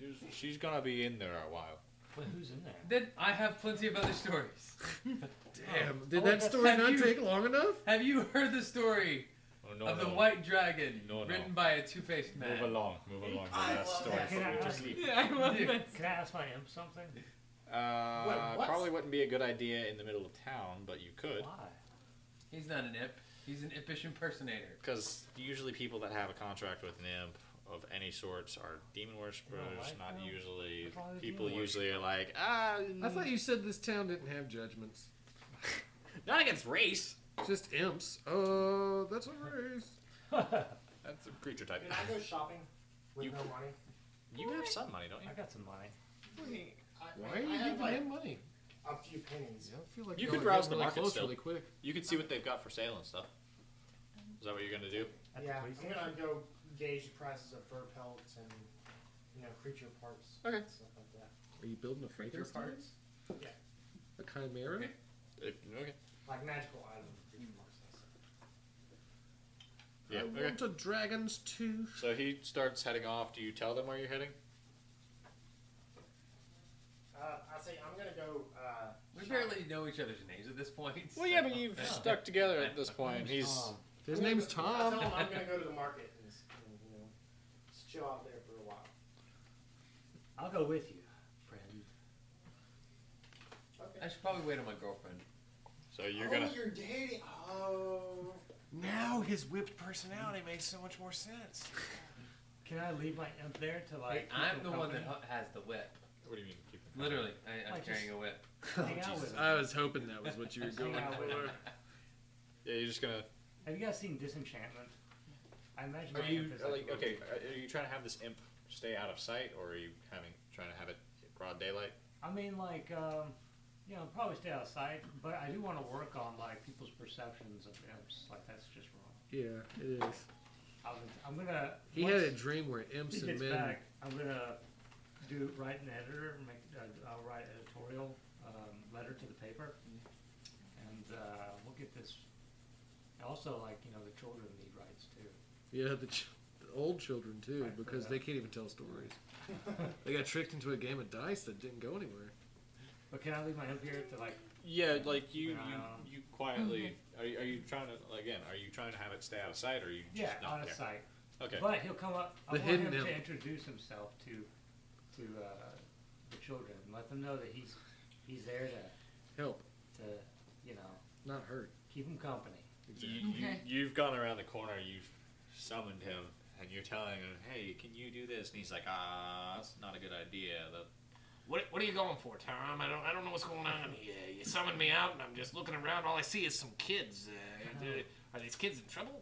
Speaker 1: there's- she's gonna be in there a while."
Speaker 6: But who's in there?
Speaker 3: Then I have plenty of other stories.
Speaker 7: Damn, did
Speaker 3: Oh,
Speaker 7: that
Speaker 3: that's
Speaker 7: story
Speaker 3: how
Speaker 7: not
Speaker 3: you-
Speaker 7: take long enough?
Speaker 3: Have you heard the story
Speaker 1: Oh, no,
Speaker 3: of the
Speaker 1: no.
Speaker 3: White Dragon
Speaker 1: No, no.
Speaker 3: written by a two-faced man?
Speaker 1: Move along. Move along.
Speaker 5: I
Speaker 1: That's
Speaker 5: love
Speaker 1: story.
Speaker 5: that.
Speaker 1: for you to sleep.
Speaker 4: Yeah, I love
Speaker 3: Dude.
Speaker 4: that.
Speaker 6: Can I ask my imp something?
Speaker 1: Uh,
Speaker 5: Wait, what?
Speaker 1: probably wouldn't be a good idea in the middle of town, but you could.
Speaker 6: Why?
Speaker 3: He's not an imp. He's an impish impersonator.
Speaker 1: Because usually people that have a contract with an imp of any sorts are demon worshippers,
Speaker 6: like
Speaker 1: not
Speaker 6: them.
Speaker 1: usually.
Speaker 6: What's wrong with
Speaker 1: People
Speaker 6: demon
Speaker 1: usually are like, ah,
Speaker 7: I thought you said this town didn't have judgments.
Speaker 1: not against race.
Speaker 7: Just imps. Oh, that's a race.
Speaker 6: I
Speaker 1: That's a creature type.
Speaker 5: Can I go shopping with
Speaker 1: You-
Speaker 5: no money?
Speaker 1: You have some money, don't you?
Speaker 6: got some money.
Speaker 5: I,
Speaker 7: Why
Speaker 5: I
Speaker 7: are you
Speaker 5: have
Speaker 7: giving
Speaker 5: like
Speaker 7: him money?
Speaker 5: a few pennies.
Speaker 7: I feel like
Speaker 1: You
Speaker 7: y'all
Speaker 1: could
Speaker 7: are
Speaker 1: browse
Speaker 7: getting
Speaker 1: the
Speaker 7: really
Speaker 1: market
Speaker 7: close
Speaker 1: still.
Speaker 7: really quick.
Speaker 1: You can see what they've got for sale and stuff. Is that what you're gonna do?
Speaker 6: At the
Speaker 5: yeah,
Speaker 6: police
Speaker 5: I'm gonna go gauge the prices of fur pelts and you know creature parts.
Speaker 1: Okay.
Speaker 5: and Stuff like that.
Speaker 7: Are you building a
Speaker 3: Creature
Speaker 7: Frankenstein?
Speaker 3: parts.
Speaker 7: A chimera?
Speaker 3: Okay.
Speaker 1: If, Uh, okay.
Speaker 5: Like magical items. creature parts and stuff.
Speaker 1: Yeah.
Speaker 7: I
Speaker 1: Okay.
Speaker 7: want a dragon's tooth.
Speaker 1: So he starts heading off. Do you tell them where you're heading?
Speaker 5: Uh,
Speaker 3: We barely know each other's names at this point.
Speaker 1: Well, yeah,
Speaker 3: so-
Speaker 1: but you've stuck together at this point. and He's
Speaker 10: His name's
Speaker 5: I tell
Speaker 10: Tom.
Speaker 5: him I'm gonna go to the market and, s- and you know, just chill out there for a while.
Speaker 6: I'll go with you, friend.
Speaker 3: I should probably wait on my girlfriend.
Speaker 1: so you're
Speaker 5: oh,
Speaker 1: gonna.
Speaker 5: you're dating. Oh.
Speaker 10: Now his whipped personality makes so much more sense.
Speaker 6: Can I leave my imp there to like?
Speaker 3: Hey,
Speaker 6: keep
Speaker 3: I'm
Speaker 6: him
Speaker 3: the one that
Speaker 6: company?
Speaker 3: hu- has the whip.
Speaker 1: What do you mean? Keep him company?
Speaker 3: Literally, I, I'm
Speaker 6: I just-
Speaker 3: carrying a whip.
Speaker 6: Hang out with him.
Speaker 10: I was hoping that was what you were going
Speaker 6: Hang out with him.
Speaker 10: for.
Speaker 1: Yeah, you're just gonna.
Speaker 6: Have you guys seen Disenchantment? I imagine.
Speaker 1: Are
Speaker 6: my
Speaker 1: you
Speaker 6: imp is
Speaker 1: are like
Speaker 6: a
Speaker 1: okay? Are are you trying to have this imp stay out of sight, or are you having trying to have it broad daylight?
Speaker 6: I mean, like, um, you know, probably stay outside, but I do want to work on like people's perceptions of imps. Like that's just wrong.
Speaker 10: Yeah, it is.
Speaker 6: I was, I'm gonna.
Speaker 10: He
Speaker 6: once
Speaker 10: had a dream where imps
Speaker 6: he
Speaker 10: and
Speaker 6: gets
Speaker 10: men.
Speaker 6: back. I'm gonna do write an editor. Make uh, I'll write editorial um, letter to the paper, and uh, we'll get this. and Also, like you know, the children need rights too.
Speaker 10: Yeah, the, ch- the old children too,
Speaker 6: Right, for
Speaker 10: because
Speaker 6: that.
Speaker 10: they can't even tell stories. they got tricked into a game of dice that didn't go anywhere.
Speaker 6: But can I leave my imp here to like?
Speaker 1: Yeah, like you,
Speaker 6: Yeah.
Speaker 1: you, you quietly. Are you, are you trying to again? Are you trying to have it stay out of sight, or are you just
Speaker 6: Yeah,
Speaker 1: not
Speaker 6: on a
Speaker 1: there?
Speaker 6: site.
Speaker 1: Okay.
Speaker 6: But he'll come up. I
Speaker 10: The
Speaker 6: want
Speaker 10: hidden
Speaker 6: him
Speaker 10: imp.
Speaker 6: to introduce himself to to uh, the children. Let them know that he's he's there to
Speaker 10: Help,
Speaker 6: to you know
Speaker 10: not hurt.
Speaker 6: keep them company.
Speaker 1: you, you,
Speaker 4: Okay.
Speaker 1: you've gone around the corner. You've summoned him, and you're telling him, "Hey, can you do this?" And he's like, "Ah, that's not a good idea." The,
Speaker 7: What, what are you going for, Tom? I don't I don't know what's going on here. You summoned me out, and I'm just looking around. All I see is some kids. Uh,
Speaker 6: Oh.
Speaker 7: are these kids in trouble?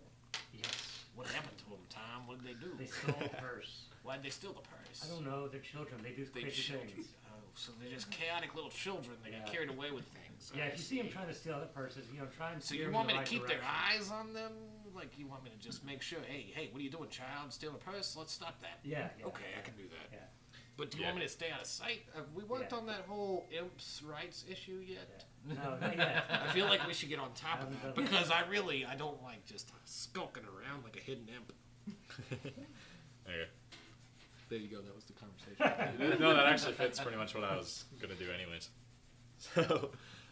Speaker 6: Yes,
Speaker 7: What happened to them, Tom? What did they do?
Speaker 6: they stole a purse.
Speaker 7: Why'd they steal the purse?
Speaker 6: I don't know. They're children. They do
Speaker 7: They
Speaker 6: crazy
Speaker 7: children.
Speaker 6: things.
Speaker 7: Oh, so they're just chaotic little children. They
Speaker 6: Yeah.
Speaker 7: get carried away with things.
Speaker 6: Yeah,
Speaker 7: I
Speaker 6: if you see him trying to steal other purses, you know, try and
Speaker 7: So
Speaker 6: steer
Speaker 7: you
Speaker 6: him
Speaker 7: want
Speaker 6: in
Speaker 7: me
Speaker 6: the
Speaker 7: to
Speaker 6: right
Speaker 7: keep their
Speaker 6: direction.
Speaker 7: eyes on them? Like you want me to just make sure? Hey, hey, what are you doing, child? Stealing a purse? Let's stop that.
Speaker 6: Yeah, yeah.
Speaker 7: Okay, I can do that.
Speaker 6: Yeah.
Speaker 7: But do you
Speaker 1: Yeah.
Speaker 7: want me to stay out of sight? Have we worked
Speaker 6: Yeah.
Speaker 7: on that whole imps' rights issue yet?
Speaker 6: No, not yet.
Speaker 7: I
Speaker 6: Oh,
Speaker 7: feel like we should get on top of
Speaker 6: Haven't
Speaker 7: that
Speaker 6: done that.
Speaker 7: because I really I don't like just skulking around like a hidden imp.
Speaker 1: okay.
Speaker 10: There you go. That was the conversation.
Speaker 1: no, that actually fits pretty much what I was gonna do, anyways. So,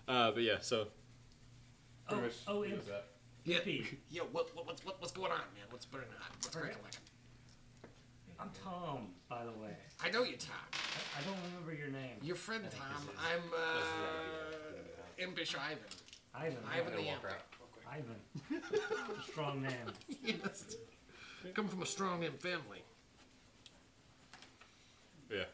Speaker 1: uh, but yeah, so
Speaker 6: Oh,
Speaker 1: pretty
Speaker 6: oh,
Speaker 1: much
Speaker 6: imp.
Speaker 1: that.
Speaker 10: yeah.
Speaker 6: Pete,
Speaker 7: Yo, what, what what's what, what's going on, man? What's burning hot? What's
Speaker 6: Burning.
Speaker 7: cracking like?
Speaker 6: I'm Tom, by the way.
Speaker 7: I know you, Tom.
Speaker 6: I, I don't remember your name.
Speaker 7: Your friend
Speaker 6: I think
Speaker 7: Tom.
Speaker 6: this is-
Speaker 7: I'm uh, impish Ivan.
Speaker 6: Ivan.
Speaker 7: Ivan the
Speaker 1: walk
Speaker 7: imp.
Speaker 1: around.
Speaker 6: Ivan. Strong name.
Speaker 7: Yes. Come from a strong imp family.
Speaker 1: yeah.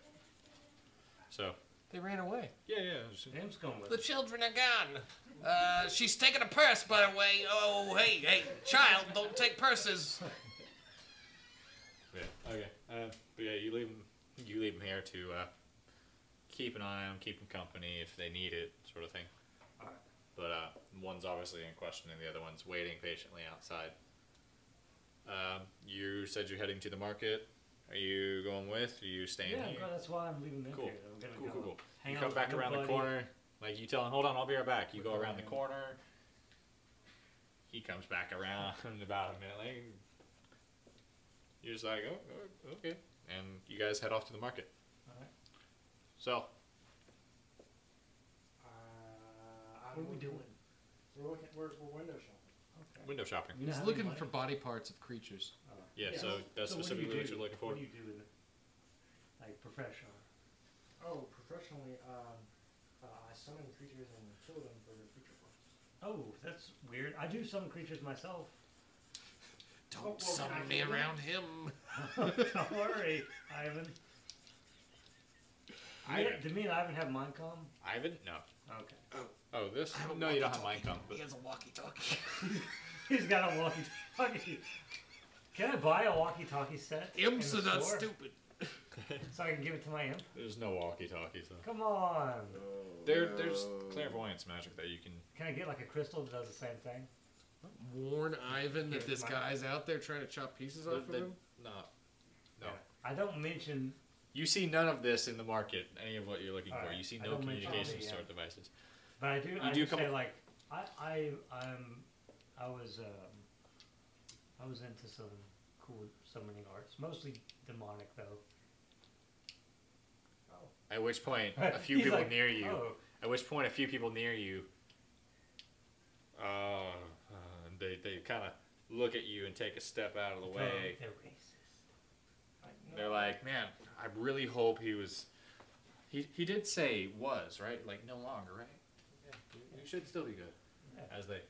Speaker 1: So
Speaker 10: They ran away.
Speaker 1: yeah, yeah. just-
Speaker 6: Imps going with
Speaker 7: The
Speaker 6: it.
Speaker 7: children are gone. Uh, she's taking a purse, by the way. Oh, hey, hey, child, don't take purses.
Speaker 1: Yeah. Okay. Uh, but yeah, you leave them. You leave them here to uh, keep an eye on, 'em, keep them company if they need it, sort of thing.
Speaker 6: Alright.
Speaker 1: But uh, one's obviously in question, and the other one's waiting patiently outside. Um, you said you're heading to the market. Are you going with? Are you staying
Speaker 6: Yeah,
Speaker 1: here?
Speaker 6: no, that's why I'm leaving them
Speaker 1: Cool.
Speaker 6: here. I'm gonna
Speaker 1: Cool,
Speaker 6: go
Speaker 1: cool, cool.
Speaker 6: Hang
Speaker 1: you
Speaker 6: out
Speaker 1: come
Speaker 6: with
Speaker 1: back
Speaker 6: my
Speaker 1: around the
Speaker 6: buddy.
Speaker 1: corner. Like you tell him, hold on, I'll be right back. You
Speaker 6: With
Speaker 1: go
Speaker 6: the
Speaker 1: around the
Speaker 6: lion.
Speaker 1: corner. He comes back around about a minute later. You're just like, oh, oh, okay. And you guys head off to the market.
Speaker 6: Alright.
Speaker 1: So,
Speaker 5: Uh, I'm
Speaker 6: What are we
Speaker 5: looking-
Speaker 6: doing?
Speaker 5: We're looking. We're, we're window shopping.
Speaker 6: Okay.
Speaker 1: window shopping.
Speaker 6: You know
Speaker 10: He's
Speaker 6: how
Speaker 10: looking
Speaker 6: many
Speaker 10: for body
Speaker 6: money-
Speaker 10: parts of creatures.
Speaker 6: Oh.
Speaker 1: Yeah,
Speaker 5: Yeah.
Speaker 1: so that's
Speaker 6: so what do
Speaker 1: specifically
Speaker 6: you
Speaker 1: what
Speaker 6: do?
Speaker 1: you're looking for.
Speaker 6: What do you do with it? Like professional.
Speaker 5: Oh, professionally, um, uh, I summon creatures and kill them for future purposes.
Speaker 6: Oh, that's weird. I do summon creatures myself.
Speaker 5: Well,
Speaker 7: Don't
Speaker 5: well, can I
Speaker 7: summon me
Speaker 5: do that?
Speaker 7: around him.
Speaker 6: Don't worry, Ivan. I,
Speaker 1: Yeah.
Speaker 6: did me and Ivan have mind com?
Speaker 1: Ivan? No.
Speaker 6: Okay.
Speaker 1: Oh, this?
Speaker 7: I have a
Speaker 1: No, you don't have mine
Speaker 7: walkie-talkie.
Speaker 1: come.
Speaker 7: He has a walkie-talkie.
Speaker 6: He's got a walkie-talkie. Can I buy a walkie-talkie set? in
Speaker 7: Imps
Speaker 6: the
Speaker 7: are not
Speaker 6: store
Speaker 7: stupid.
Speaker 6: So I can give it to my imp.
Speaker 1: There's no walkie-talkies. Though.
Speaker 6: Come on.
Speaker 1: There, there's clairvoyance magic that you can.
Speaker 6: Can I get like a crystal that does the same thing?
Speaker 10: Warn Ivan that
Speaker 6: Here's
Speaker 10: this
Speaker 6: my-
Speaker 10: guy's out there trying to chop pieces off of
Speaker 1: the-
Speaker 10: him.
Speaker 1: no, no.
Speaker 6: I don't mention.
Speaker 1: You see none of this in the market. Any of what you're looking for.
Speaker 6: Alright,
Speaker 1: You see
Speaker 6: I
Speaker 1: no
Speaker 6: don't mention
Speaker 1: communication
Speaker 6: it, yeah.
Speaker 1: sort devices.
Speaker 6: But I do. I
Speaker 1: do
Speaker 6: do
Speaker 1: come
Speaker 6: say
Speaker 1: up-
Speaker 6: like I I I'm I was um, I was into some cool summoning arts, mostly demonic though.
Speaker 1: At which point, a few
Speaker 6: He's
Speaker 1: people
Speaker 6: like,
Speaker 1: near you
Speaker 6: "Oh,
Speaker 1: At which point, a few people near you, uh, uh, they they kind of look at you and take a step out of
Speaker 6: Oh,
Speaker 1: the way.
Speaker 6: They're racist.
Speaker 1: They're like, man, I really hope he was. He, he did say was right, like no longer right. Yeah, you, you should still be good. As they,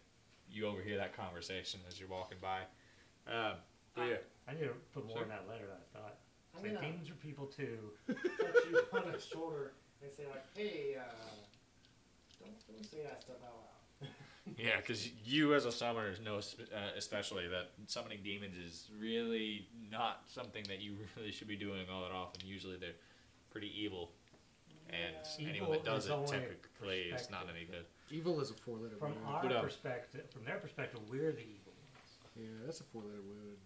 Speaker 1: you overhear that conversation as you're walking by. Um, but yeah,
Speaker 6: I need to put more in that letter than I uh, thought.
Speaker 5: I'm
Speaker 6: Say,
Speaker 5: gonna
Speaker 6: demons are people too.
Speaker 5: touch you on the shoulder and say like, hey, uh, don't, don't say that stuff out loud.
Speaker 1: yeah, because you as a summoner know sp- uh, especially that summoning demons is really not something that you really should be doing all that often. Usually they're pretty evil, and
Speaker 6: Yeah.
Speaker 1: anyone
Speaker 6: Evil
Speaker 1: that does
Speaker 6: is
Speaker 1: it
Speaker 6: only
Speaker 1: typically is not
Speaker 6: perspective.
Speaker 1: any good.
Speaker 7: Evil is a four letter
Speaker 6: From
Speaker 7: word.
Speaker 6: our
Speaker 1: Good up.
Speaker 6: perspective, from their perspective, we're the evil ones.
Speaker 7: yeah, that's a four letter word.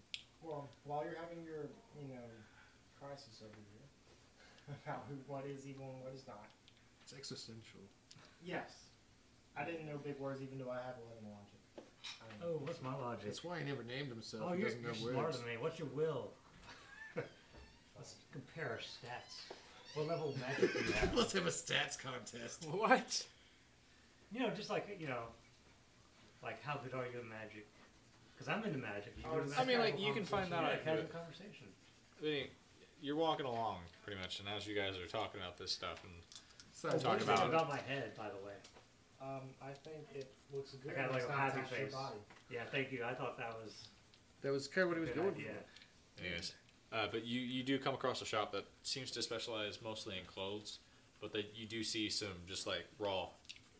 Speaker 5: Well, while you're having your, you know, crisis over here about who, what is evil and what is not.
Speaker 7: It's existential.
Speaker 5: Yes, I didn't know big words even though I had eleven logic. Um, I mean,
Speaker 6: Oh, what's my logic?
Speaker 7: That's why he never named himself.
Speaker 6: oh,
Speaker 7: he
Speaker 6: you're,
Speaker 7: doesn't know
Speaker 6: you're
Speaker 7: words.
Speaker 6: smarter than me. What's your will? Let's compare our stats. What level of magic do you have?
Speaker 7: Let's have a stats contest. What?
Speaker 6: You know, just like you know, like how good are you at magic? Because I'm into magic. You
Speaker 5: Oh,
Speaker 6: go to
Speaker 5: it's-
Speaker 6: magic
Speaker 5: I mean,
Speaker 6: casual
Speaker 1: like, you can find
Speaker 6: conversation.
Speaker 1: that
Speaker 6: Yeah,
Speaker 1: out.
Speaker 6: casual conversation.
Speaker 1: I mean, you're walking along pretty much, and as you guys are talking about this stuff, and
Speaker 7: So
Speaker 6: Oh,
Speaker 1: Talk
Speaker 6: one thing
Speaker 1: about it.
Speaker 6: about my head, by the way.
Speaker 5: um, I think it looks good.
Speaker 6: got,
Speaker 5: when
Speaker 6: like,
Speaker 5: it's
Speaker 6: a
Speaker 5: not
Speaker 6: happy
Speaker 5: attached to your
Speaker 6: face.
Speaker 5: body.
Speaker 6: Yeah, thank you. I thought that was
Speaker 7: that was kind of what he
Speaker 6: a
Speaker 7: was
Speaker 6: good
Speaker 7: going
Speaker 6: idea.
Speaker 1: anyways, uh, but you you do come across a shop that seems to specialize mostly in clothes, but that you do see some just like raw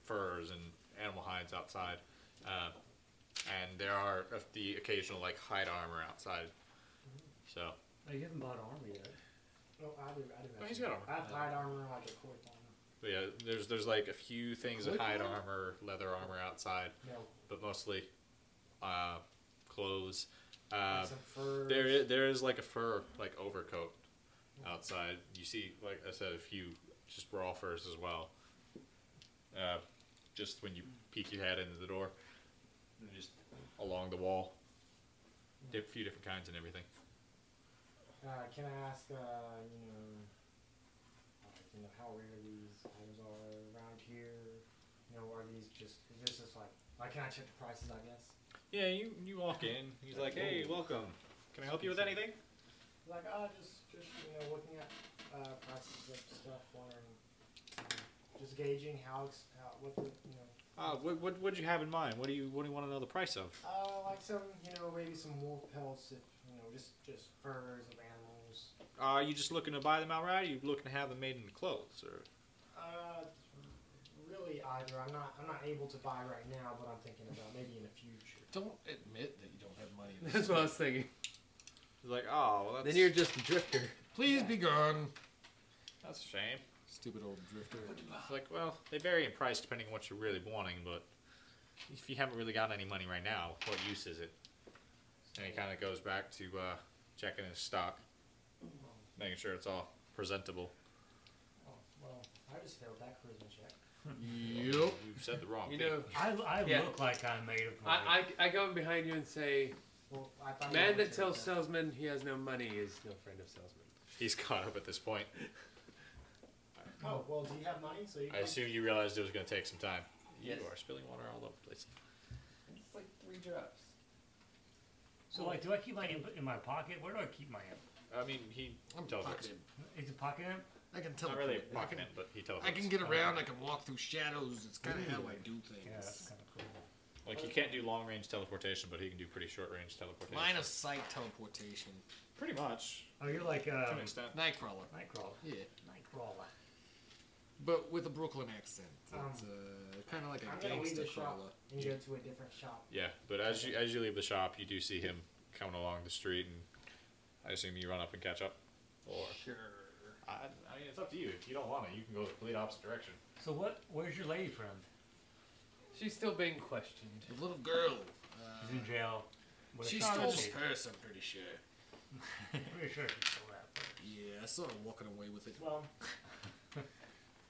Speaker 1: furs and animal hides outside, uh, and there are of the occasional like hide armor outside. So
Speaker 6: Oh, you haven't bought armor yet.
Speaker 5: No, I do. I do.
Speaker 1: Oh, he's
Speaker 5: actually.
Speaker 1: got armor.
Speaker 5: I have hide armor like a court armor.
Speaker 1: but yeah, there's there's like a few things of
Speaker 7: Click
Speaker 1: hide
Speaker 7: on it.
Speaker 1: armor, leather armor outside,
Speaker 5: No,
Speaker 1: but mostly uh, clothes.
Speaker 5: like
Speaker 1: Uh,
Speaker 5: some furs.
Speaker 1: There is, there is like a fur like overcoat outside. You see, like I said, a few just raw furs as well. Uh, just when you peek your head into the door, and just along the wall, Di- a few different kinds and everything.
Speaker 5: Uh, can I ask, uh, you know, uh, you know, how rare these items are around here? You know, are these just? Is this just like? Why can I check the prices? I guess.
Speaker 1: Yeah, you you walk in. He's like, "Hey, welcome. Can I help you with anything?"
Speaker 5: Like, oh, just, just you know, looking at uh, prices of stuff, wondering, um, just gauging how, ex- how, what the, you know,
Speaker 1: Uh, what what what'd you have in mind? What do you what do you want to know the price of?
Speaker 5: uh, like some, you know, maybe some wolf pelts, if you know, just, just furs of animals.
Speaker 1: Are "Uh, you just looking to buy them outright? Or are you looking to have them made into clothes? Or
Speaker 5: Uh, really, either I'm not, I'm not able to buy right now, but I'm thinking about maybe in the future.
Speaker 7: Don't admit that you don't have money.
Speaker 3: That's what I was thinking.
Speaker 1: he's like, "Oh, well, that's
Speaker 3: Then you're just a drifter.
Speaker 7: Please be gone.
Speaker 1: that's a shame."
Speaker 7: Stupid old drifter.
Speaker 1: It's like, well, they vary in price depending on what you're really wanting, but if you haven't really got any money right now, what use is it? And he kind of goes back to uh, checking his stock, making sure it's all presentable.
Speaker 5: Oh, well, I just failed that charisma check.
Speaker 7: Yep.
Speaker 1: You said the wrong
Speaker 3: You
Speaker 1: thing.
Speaker 3: know,
Speaker 6: I, I
Speaker 3: Yeah.
Speaker 6: look like I'm made of money.
Speaker 3: I, I, I go in behind you and say,
Speaker 5: Well, I thought. you
Speaker 3: man
Speaker 5: were
Speaker 3: that tells
Speaker 5: gonna check
Speaker 3: salesmen he has no money is no friend of salesman.
Speaker 1: He's caught up at this point.
Speaker 5: that. Oh, well, do you have money? So you
Speaker 1: I
Speaker 5: can,
Speaker 1: assume you realized it was going to take some time.
Speaker 3: Yes.
Speaker 1: You are spilling water all over the place.
Speaker 3: It's like three drops.
Speaker 6: so like, do I keep my imp in my pocket? Where do I keep my imp?
Speaker 1: I mean, he
Speaker 7: I'm
Speaker 1: teleports.
Speaker 7: pocketed.
Speaker 6: Is it pocket imp?
Speaker 7: I can teleport.
Speaker 1: Not really
Speaker 7: I
Speaker 1: pocketing,
Speaker 7: can-
Speaker 1: it, but he teleports.
Speaker 7: I can get around. I can walk through shadows. It's kind of how I do things.
Speaker 6: Yeah, that's kind of cool.
Speaker 1: Like, he can't do long range teleportation, but he can do pretty short range teleportation.
Speaker 7: Line of sight teleportation.
Speaker 1: Pretty much.
Speaker 6: Oh, you're like
Speaker 1: To
Speaker 6: um,
Speaker 1: an extent.
Speaker 7: Nightcrawler.
Speaker 6: Nightcrawler.
Speaker 7: Yeah,
Speaker 6: Nightcrawler.
Speaker 7: but with a Brooklyn accent.
Speaker 5: Um,
Speaker 7: It's uh, kind of like
Speaker 5: I'm
Speaker 7: a
Speaker 5: gonna leave
Speaker 7: gangster
Speaker 5: the shop
Speaker 7: crawler.
Speaker 5: and go to a different shop.
Speaker 1: Yeah, but as you as you leave the shop, you do see him coming along the street, and I assume you run up and catch up. Or
Speaker 7: Sure.
Speaker 1: I, I mean, it's up to you. If you don't want to, you can go the complete opposite direction.
Speaker 6: So what? Where's your lady friend?
Speaker 3: She's still being questioned.
Speaker 7: The little girl. Uh,
Speaker 6: She's in jail. With a
Speaker 7: she stole
Speaker 6: shotgun.
Speaker 7: his purse. I'm pretty sure.
Speaker 6: Pretty sure she stole that. but-
Speaker 7: Yeah, I saw her walking away with it.
Speaker 5: Well,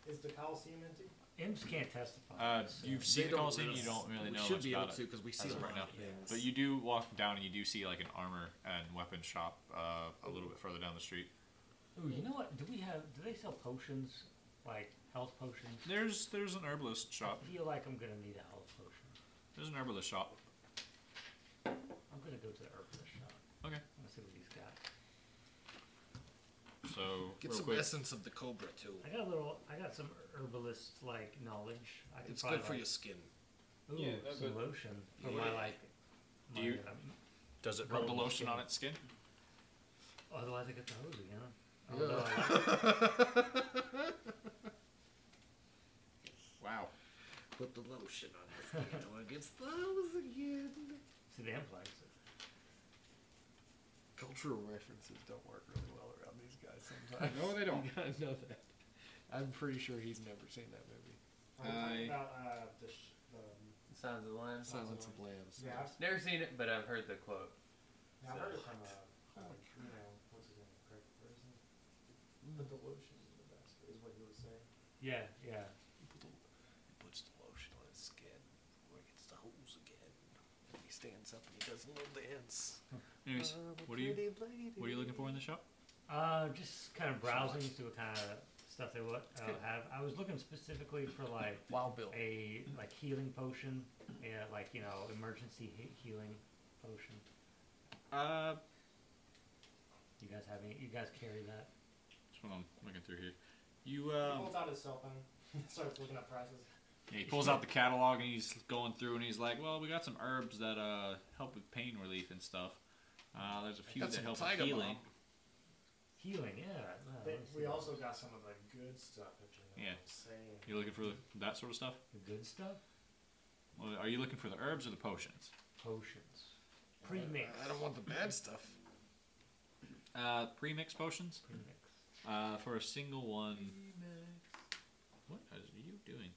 Speaker 5: is the Coliseum empty?
Speaker 6: Imps can't testify.
Speaker 1: Uh,
Speaker 6: so-
Speaker 1: you've seen
Speaker 7: They
Speaker 1: the
Speaker 7: don't
Speaker 1: Colosseum,
Speaker 7: really-
Speaker 1: you don't really
Speaker 7: we
Speaker 1: know
Speaker 7: should
Speaker 1: much
Speaker 7: be
Speaker 1: about
Speaker 7: able
Speaker 1: it
Speaker 7: to because we see
Speaker 1: as
Speaker 7: a
Speaker 1: of right
Speaker 7: lot
Speaker 1: now.
Speaker 7: of things.
Speaker 1: But you do walk down, and you do see like an armor and weapon shop uh, a little bit further down the street.
Speaker 6: Ooh, you know what? Do we have? Do they sell potions? Like health potion.
Speaker 1: There's there's an herbalist shop.
Speaker 6: I feel like I'm gonna need a health potion.
Speaker 1: There's an herbalist shop.
Speaker 6: I'm gonna go to the herbalist shop.
Speaker 1: Okay.
Speaker 6: Let's see what he's got.
Speaker 1: So
Speaker 7: Get
Speaker 1: real
Speaker 7: some
Speaker 1: quick,
Speaker 7: essence of the cobra too.
Speaker 6: I got a little. I got some herbalist like knowledge. I could
Speaker 7: It's
Speaker 6: probably,
Speaker 7: good for
Speaker 6: like,
Speaker 7: your skin.
Speaker 6: Ooh,
Speaker 1: Yeah, that's
Speaker 6: some
Speaker 1: good.
Speaker 6: lotion for
Speaker 1: Yeah.
Speaker 6: my like.
Speaker 1: Do
Speaker 6: my,
Speaker 1: you-
Speaker 6: um,
Speaker 1: does it
Speaker 6: Roll
Speaker 1: rub the lotion on
Speaker 6: skin.
Speaker 1: its skin?
Speaker 6: otherwise, I get the hose again.
Speaker 7: Yeah.
Speaker 6: Although I-
Speaker 1: Wow.
Speaker 7: Put the lotion on the skin or it gets those again.
Speaker 6: see, the imp likes it.
Speaker 7: Cultural references don't work really well around these guys sometimes.
Speaker 1: No, they don't.
Speaker 7: You gotta know that. I'm pretty sure he's never seen that movie.
Speaker 5: Are we
Speaker 1: I-
Speaker 5: talking about uh, the, sh- the
Speaker 3: Sounds of the Lambs.
Speaker 7: Silence of Lambs.
Speaker 5: yeah, I've,
Speaker 3: Never seen it, but I've heard the quote.
Speaker 5: yeah, I've heard it from uh, uh, you know what's his name, Craig Ferguson. But the lotion is the best, is what he was saying.
Speaker 6: Yeah, yeah.
Speaker 7: He puts the lotion on his skin where it gets the hose again. And he stands up and he does a little dance.
Speaker 1: Anyways, what are you what are you looking for in the shop?
Speaker 6: Uh, just kind of browsing, see what kind of stuff they would uh, have. I was looking specifically for like
Speaker 7: Wild Bill.
Speaker 6: a like healing potion, yeah, like you know emergency he- healing potion.
Speaker 1: Uh,
Speaker 6: You guys have any? You guys carry that?
Speaker 1: that's what I'm looking through here. You
Speaker 5: He
Speaker 1: um,
Speaker 5: pulled out his cell phone, starts looking up prices.
Speaker 1: Yeah, he pulls out the catalog and he's going through and he's like, "Well, we got some herbs that uh, help with pain relief and stuff. Uh, there's a few
Speaker 7: Got
Speaker 1: that
Speaker 7: some
Speaker 1: help with
Speaker 7: tiger
Speaker 1: healing.
Speaker 6: Healing, yeah. yeah,
Speaker 5: But
Speaker 6: let's see.
Speaker 5: we also got some of the good stuff, if you know
Speaker 1: Yeah.
Speaker 5: what I'm saying.
Speaker 1: You looking for that sort of stuff?
Speaker 6: the good stuff.
Speaker 1: Well, are you looking for the herbs or the potions?
Speaker 6: Potions,
Speaker 5: Uh,
Speaker 6: pre-mix,
Speaker 7: I don't want the bad stuff.
Speaker 1: Uh, premix potions.
Speaker 6: pre-mix.
Speaker 1: Uh, for a single one. What are you doing?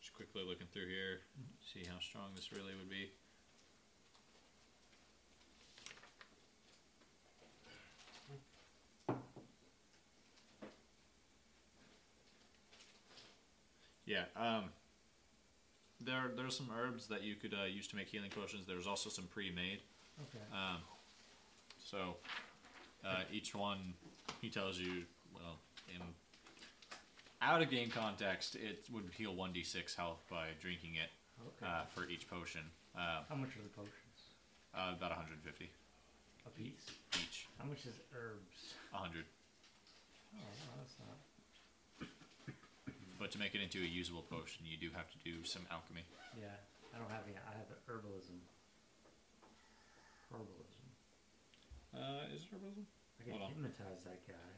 Speaker 1: Just quickly looking through here, see how strong this really would be. Yeah, um, there there's some herbs that you could uh, use to make healing potions. There's also some pre-made.
Speaker 6: Okay.
Speaker 1: Um, so uh, each one, he tells you, well, in out of game context, it would heal 1d6 health by drinking it
Speaker 6: Okay.
Speaker 1: uh, for each potion, uh,
Speaker 6: How much are the potions?
Speaker 1: uh, about 150
Speaker 6: A piece.
Speaker 1: each.
Speaker 6: How much is herbs?
Speaker 1: 100.
Speaker 6: Oh, well, that's not.
Speaker 1: But to make it into a usable potion, you do have to do some alchemy.
Speaker 6: Yeah, I don't have any. I have herbalism. Herbalism.
Speaker 1: Uh, is it herbalism?
Speaker 6: I can
Speaker 1: Hold on.
Speaker 6: hypnotize that guy.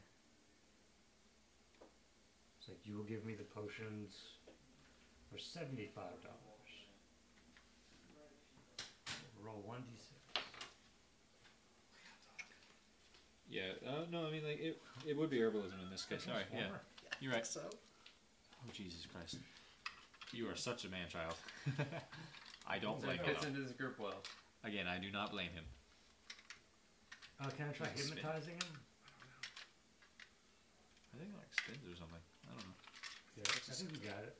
Speaker 6: It's like you will give me the potions for seventy-five dollars. Roll one d six.
Speaker 1: Yeah. Uh, no, I mean like it. It would be herbalism in this case. Sorry. Yeah. You're right.
Speaker 7: So
Speaker 1: Oh Jesus Christ! You are such a man child. I don't blame
Speaker 3: It
Speaker 1: him.
Speaker 3: fits into this group well.
Speaker 1: Again, I do not blame him.
Speaker 6: Uh, can I try
Speaker 1: Nice spin.
Speaker 6: hypnotizing him?
Speaker 1: I think like spins or something. I don't know.
Speaker 6: Yeah, I think we got it.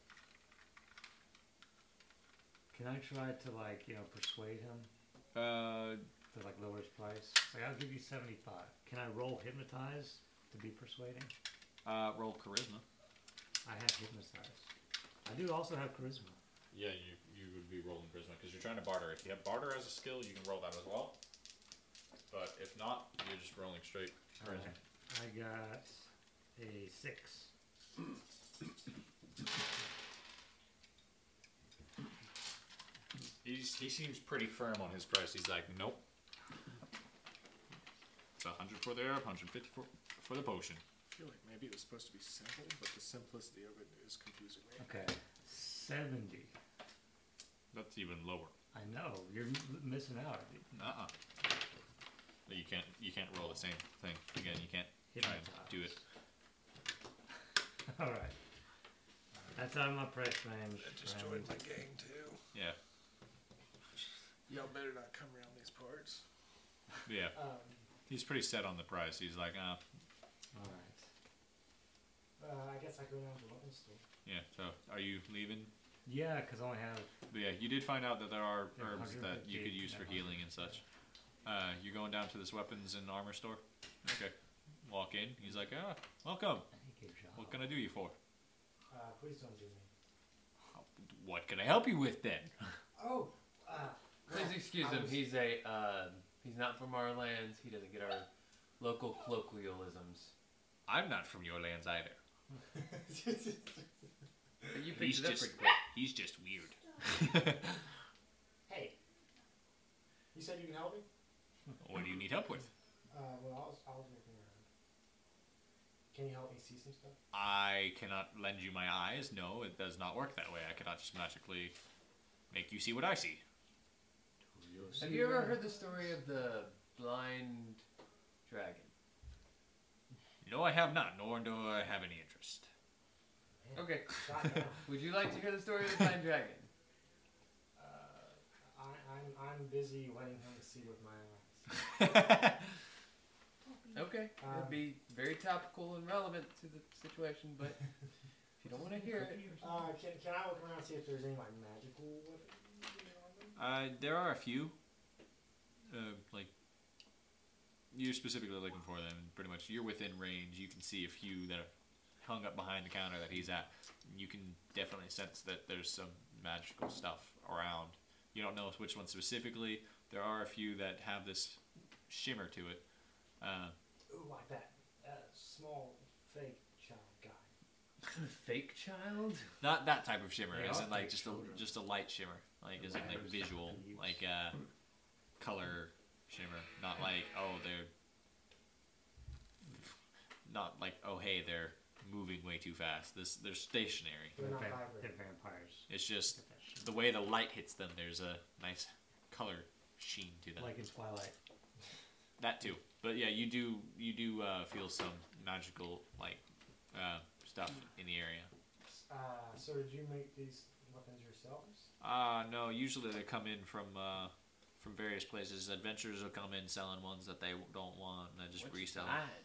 Speaker 6: Can I try to like you know persuade him
Speaker 1: Uh,
Speaker 6: to like lower his price? It's Like I'll give you seventy-five. Can I roll hypnotize to be persuading?
Speaker 1: uh, roll charisma.
Speaker 6: I have hypnotized. I do also have charisma.
Speaker 1: Yeah, you you would be rolling charisma because you're trying to barter. If you have barter as a skill, you can roll that as well. But if not, you're just rolling straight charisma.
Speaker 6: Alright. I got a six.
Speaker 1: He's, he seems pretty firm on his price. He's like, nope. It's 100 for the herb, 150 for, for the potion.
Speaker 11: I feel like maybe it was supposed to be simple, but the simplicity of it is confusing me.
Speaker 6: Okay. Seventy.
Speaker 1: That's even lower.
Speaker 6: I know you're m- missing out.
Speaker 1: Uh-uh. But You can't you can't roll the same thing again. You can't try and do it.
Speaker 6: All right. That's out of my price range.
Speaker 11: I just
Speaker 6: Um,
Speaker 11: joined my gang too.
Speaker 1: Yeah,
Speaker 11: Y'all better not come around these parts.
Speaker 1: yeah.
Speaker 5: Um,
Speaker 1: He's pretty set on the price. He's like, uh,
Speaker 6: All right.
Speaker 5: uh, I guess I go down to the weapons store.
Speaker 1: yeah. So, are you leaving
Speaker 6: Yeah, because I only have.
Speaker 1: But yeah, you did find out that there are
Speaker 6: Yeah,
Speaker 1: herbs that you
Speaker 6: 158,
Speaker 1: could use for
Speaker 6: yeah.
Speaker 1: healing and such. Uh, you're going down to this weapons and armor store. Okay. Walk in. He's like, ah, welcome.
Speaker 6: I think good job.
Speaker 1: What can I do you for?
Speaker 5: Uh, please don't do me.
Speaker 1: What can I help you with then?
Speaker 5: Oh, uh,
Speaker 3: Please excuse him. He's a uh, he's not from our lands. He doesn't get our local colloquialisms.
Speaker 1: I'm not from your lands either.
Speaker 3: But you picked
Speaker 1: He's
Speaker 3: it up
Speaker 1: just
Speaker 3: pretty quick.
Speaker 1: he's just weird.
Speaker 5: hey. You said you can help me?
Speaker 1: what do you need help with?
Speaker 5: Uh, well, I was, I was looking around. Can you help me see some stuff?
Speaker 1: I cannot lend you my eyes. No, it does not work that way. I cannot just magically make you see what I see.
Speaker 3: Have you ever heard the story of the blind dragon?
Speaker 1: No, I have not, nor do I have any interest.
Speaker 3: Okay.
Speaker 5: Not now.
Speaker 3: Would you like to hear the story of the blind dragon?
Speaker 5: Uh, I, I'm, I'm busy letting him see with my eyes.
Speaker 3: Okay.
Speaker 5: Um,
Speaker 3: It'd be very topical and relevant to the situation, but if you don't want to hear it,
Speaker 5: Uh, can, can I look around and see if there's any like magical weapons around
Speaker 1: Uh,
Speaker 5: them?
Speaker 1: there are a few. Uh, like you're specifically looking for them. Pretty much, you're within range. You can see a few that are hung up behind the counter that he's at. You can definitely sense that there's some magical stuff around. You don't know which one specifically. There are a few that have this shimmer to it. Uh,
Speaker 5: Ooh, like that uh, small fake child guy.
Speaker 3: fake child.
Speaker 1: not that type of shimmer.
Speaker 7: They
Speaker 1: As
Speaker 7: are
Speaker 1: in like
Speaker 7: fake
Speaker 1: just a
Speaker 7: children.
Speaker 1: just a light shimmer. Like isn't like visual, like uh, color shimmer. Not like oh they're not like oh hey they're moving way too fast. This they're stationary.
Speaker 5: They're not
Speaker 6: Vamp-
Speaker 5: vibrant.
Speaker 6: they're vampires.
Speaker 1: It's just
Speaker 6: Get that shit.
Speaker 1: the way the light hits them. There's a nice color sheen to them.
Speaker 6: Like in Twilight.
Speaker 1: that too. But yeah, you do you do uh, feel some magical like uh, stuff in the area.
Speaker 5: Uh, so did you make these weapons yourselves?
Speaker 1: Uh, no. Usually they come in from uh, from various places. Adventurers will come in selling ones that they don't want, and they just
Speaker 3: What you
Speaker 1: resell.
Speaker 3: buying?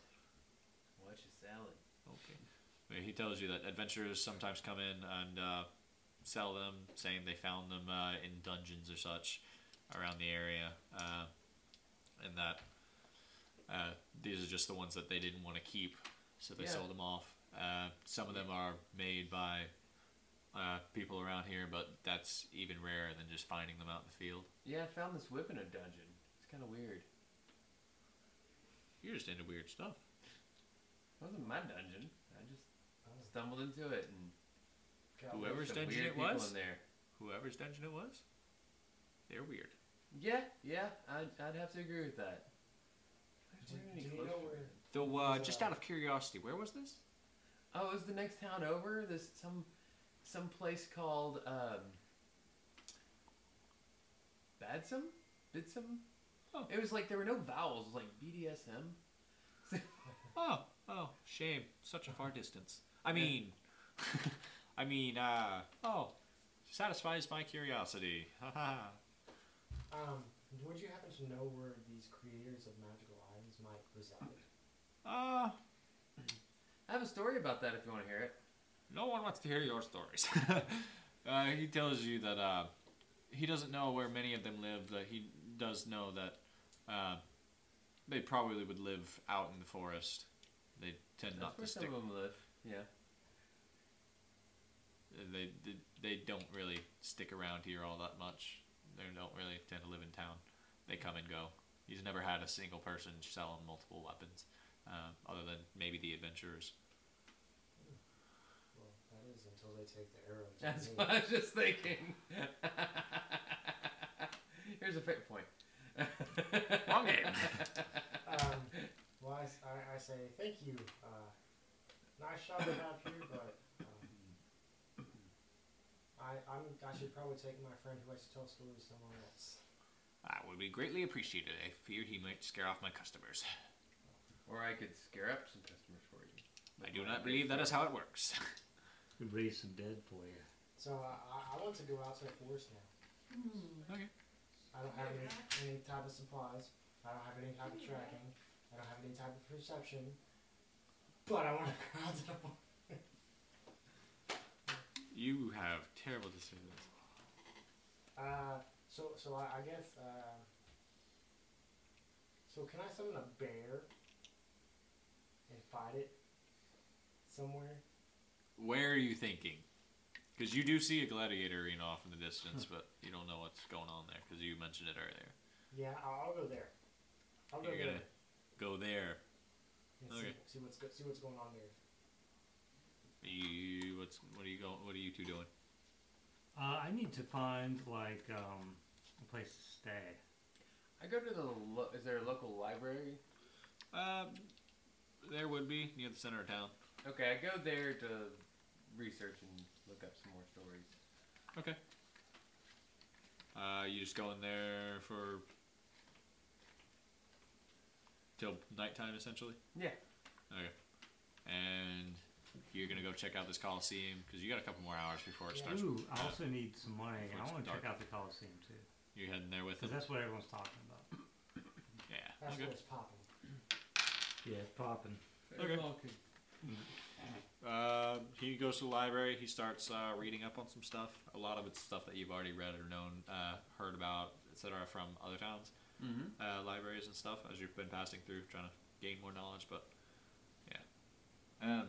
Speaker 3: What you selling?
Speaker 1: Okay. He tells you that adventurers sometimes come in and uh, sell them, saying they found them uh, in dungeons or such around the area, uh, and that uh, these are just the ones that they didn't want to keep, so they
Speaker 3: Yeah.
Speaker 1: sold them off. Uh, some of them are made by uh, people around here, but that's even rarer than just finding them out in the field.
Speaker 3: Yeah, I found this whip in a dungeon. It's kind of weird.
Speaker 1: You're just into weird stuff.
Speaker 3: It wasn't my dungeon. I just
Speaker 5: Oh,
Speaker 3: stumbled into it and
Speaker 5: God.
Speaker 1: Whoever- Whose
Speaker 3: some
Speaker 1: dungeon
Speaker 3: weird
Speaker 1: it
Speaker 3: people
Speaker 1: was?
Speaker 3: in there.
Speaker 1: Whoever's dungeon it was, they're weird.
Speaker 3: Yeah, yeah, I'd, I'd have to agree with that.
Speaker 5: Do, do you know where?
Speaker 1: Though, uh, just
Speaker 5: uh,
Speaker 1: out of curiosity, where was this?
Speaker 3: Oh, it was the next town over. This some some place called um, Badsum, Bidsum.
Speaker 1: Oh.
Speaker 3: It was like there were no vowels. It was like BDSM.
Speaker 1: Oh, oh, shame. Such a far distance. I mean, I mean, uh, oh, satisfies my curiosity. Haha.
Speaker 5: Um, would you happen to know where these creators of magical items might reside?
Speaker 1: uh,
Speaker 3: I have a story about that if you want to hear it.
Speaker 1: no one wants to hear your stories. uh, he tells you that, uh, he doesn't know where many of them live, but he does know that, uh, they probably would live out in the forest. They tend
Speaker 3: That's
Speaker 1: not
Speaker 3: where
Speaker 1: to
Speaker 3: some
Speaker 1: stick.
Speaker 3: of them live. Yeah.
Speaker 1: uh, They, they they don't really stick around here all that much. They don't really tend to live in town. They come and go. He's never had a single person sell him multiple weapons, uh, other than maybe the adventurers.
Speaker 5: Well, that is until they take the arrows. from
Speaker 3: That's
Speaker 5: me.
Speaker 3: what I was just thinking. Here's a fake point.
Speaker 1: Wrong game.
Speaker 5: Um, well, I, s- I- I say thank you. Uh, nice shot to have you, but um, I, I'm, I should probably take my friend who likes to tell stories somewhere else.
Speaker 1: That would Uh, be greatly appreciated. I fear he might scare off my customers.
Speaker 3: Or I could scare up some customers for you.
Speaker 1: I do not believe that is how it works.
Speaker 6: We'd raise some dead for you.
Speaker 5: So I, I, I want to go out to the forest now.
Speaker 1: Okay.
Speaker 5: I don't have any, any type of supplies. I don't have any type of tracking. I don't have any type of perception. But I want to go out to the forest.
Speaker 1: You have terrible decisions.
Speaker 5: Uh, so so I, I guess. Uh, so can I summon a bear and fight it somewhere?
Speaker 1: Where are you thinking? Because you do see a gladiator arena off in the distance, but you don't know what's going on there because you mentioned it earlier.
Speaker 5: Yeah, I'll, I'll go there. I'll go
Speaker 1: You're
Speaker 5: there
Speaker 1: gonna go there.
Speaker 5: and
Speaker 1: okay.
Speaker 5: see, see what's go- see what's going on there.
Speaker 1: You what's what are you going? What are you two doing?
Speaker 6: Uh, I need to find like um, a place to stay.
Speaker 3: I go to the. Lo- is there a local library?
Speaker 1: Um, there would be near the center of town.
Speaker 3: Okay, I go there to research and look up some more stories.
Speaker 1: Okay. Uh, you just go in there for till nighttime, essentially.
Speaker 3: Yeah.
Speaker 1: Okay. And you're gonna go check out this coliseum because you got a couple more hours before it
Speaker 5: Yeah.
Speaker 1: starts.
Speaker 6: Ooh, I
Speaker 1: uh,
Speaker 6: also need some money.
Speaker 1: before it's
Speaker 6: I want to check
Speaker 1: dark.
Speaker 6: out the Coliseum too,
Speaker 1: you heading there with
Speaker 6: because
Speaker 1: them.
Speaker 6: that's what everyone's talking about.
Speaker 1: Yeah.
Speaker 5: That's
Speaker 1: Okay.
Speaker 5: what's popping.
Speaker 6: Yeah, it's popping.
Speaker 1: Okay. Uh, he goes to the library. He starts uh, reading up on some stuff. A lot of it's stuff that you've already read or known, uh, heard about, etc., from other towns,
Speaker 3: Mm-hmm.
Speaker 1: uh, libraries and stuff. As you've been passing through, trying to gain more knowledge. But yeah, um,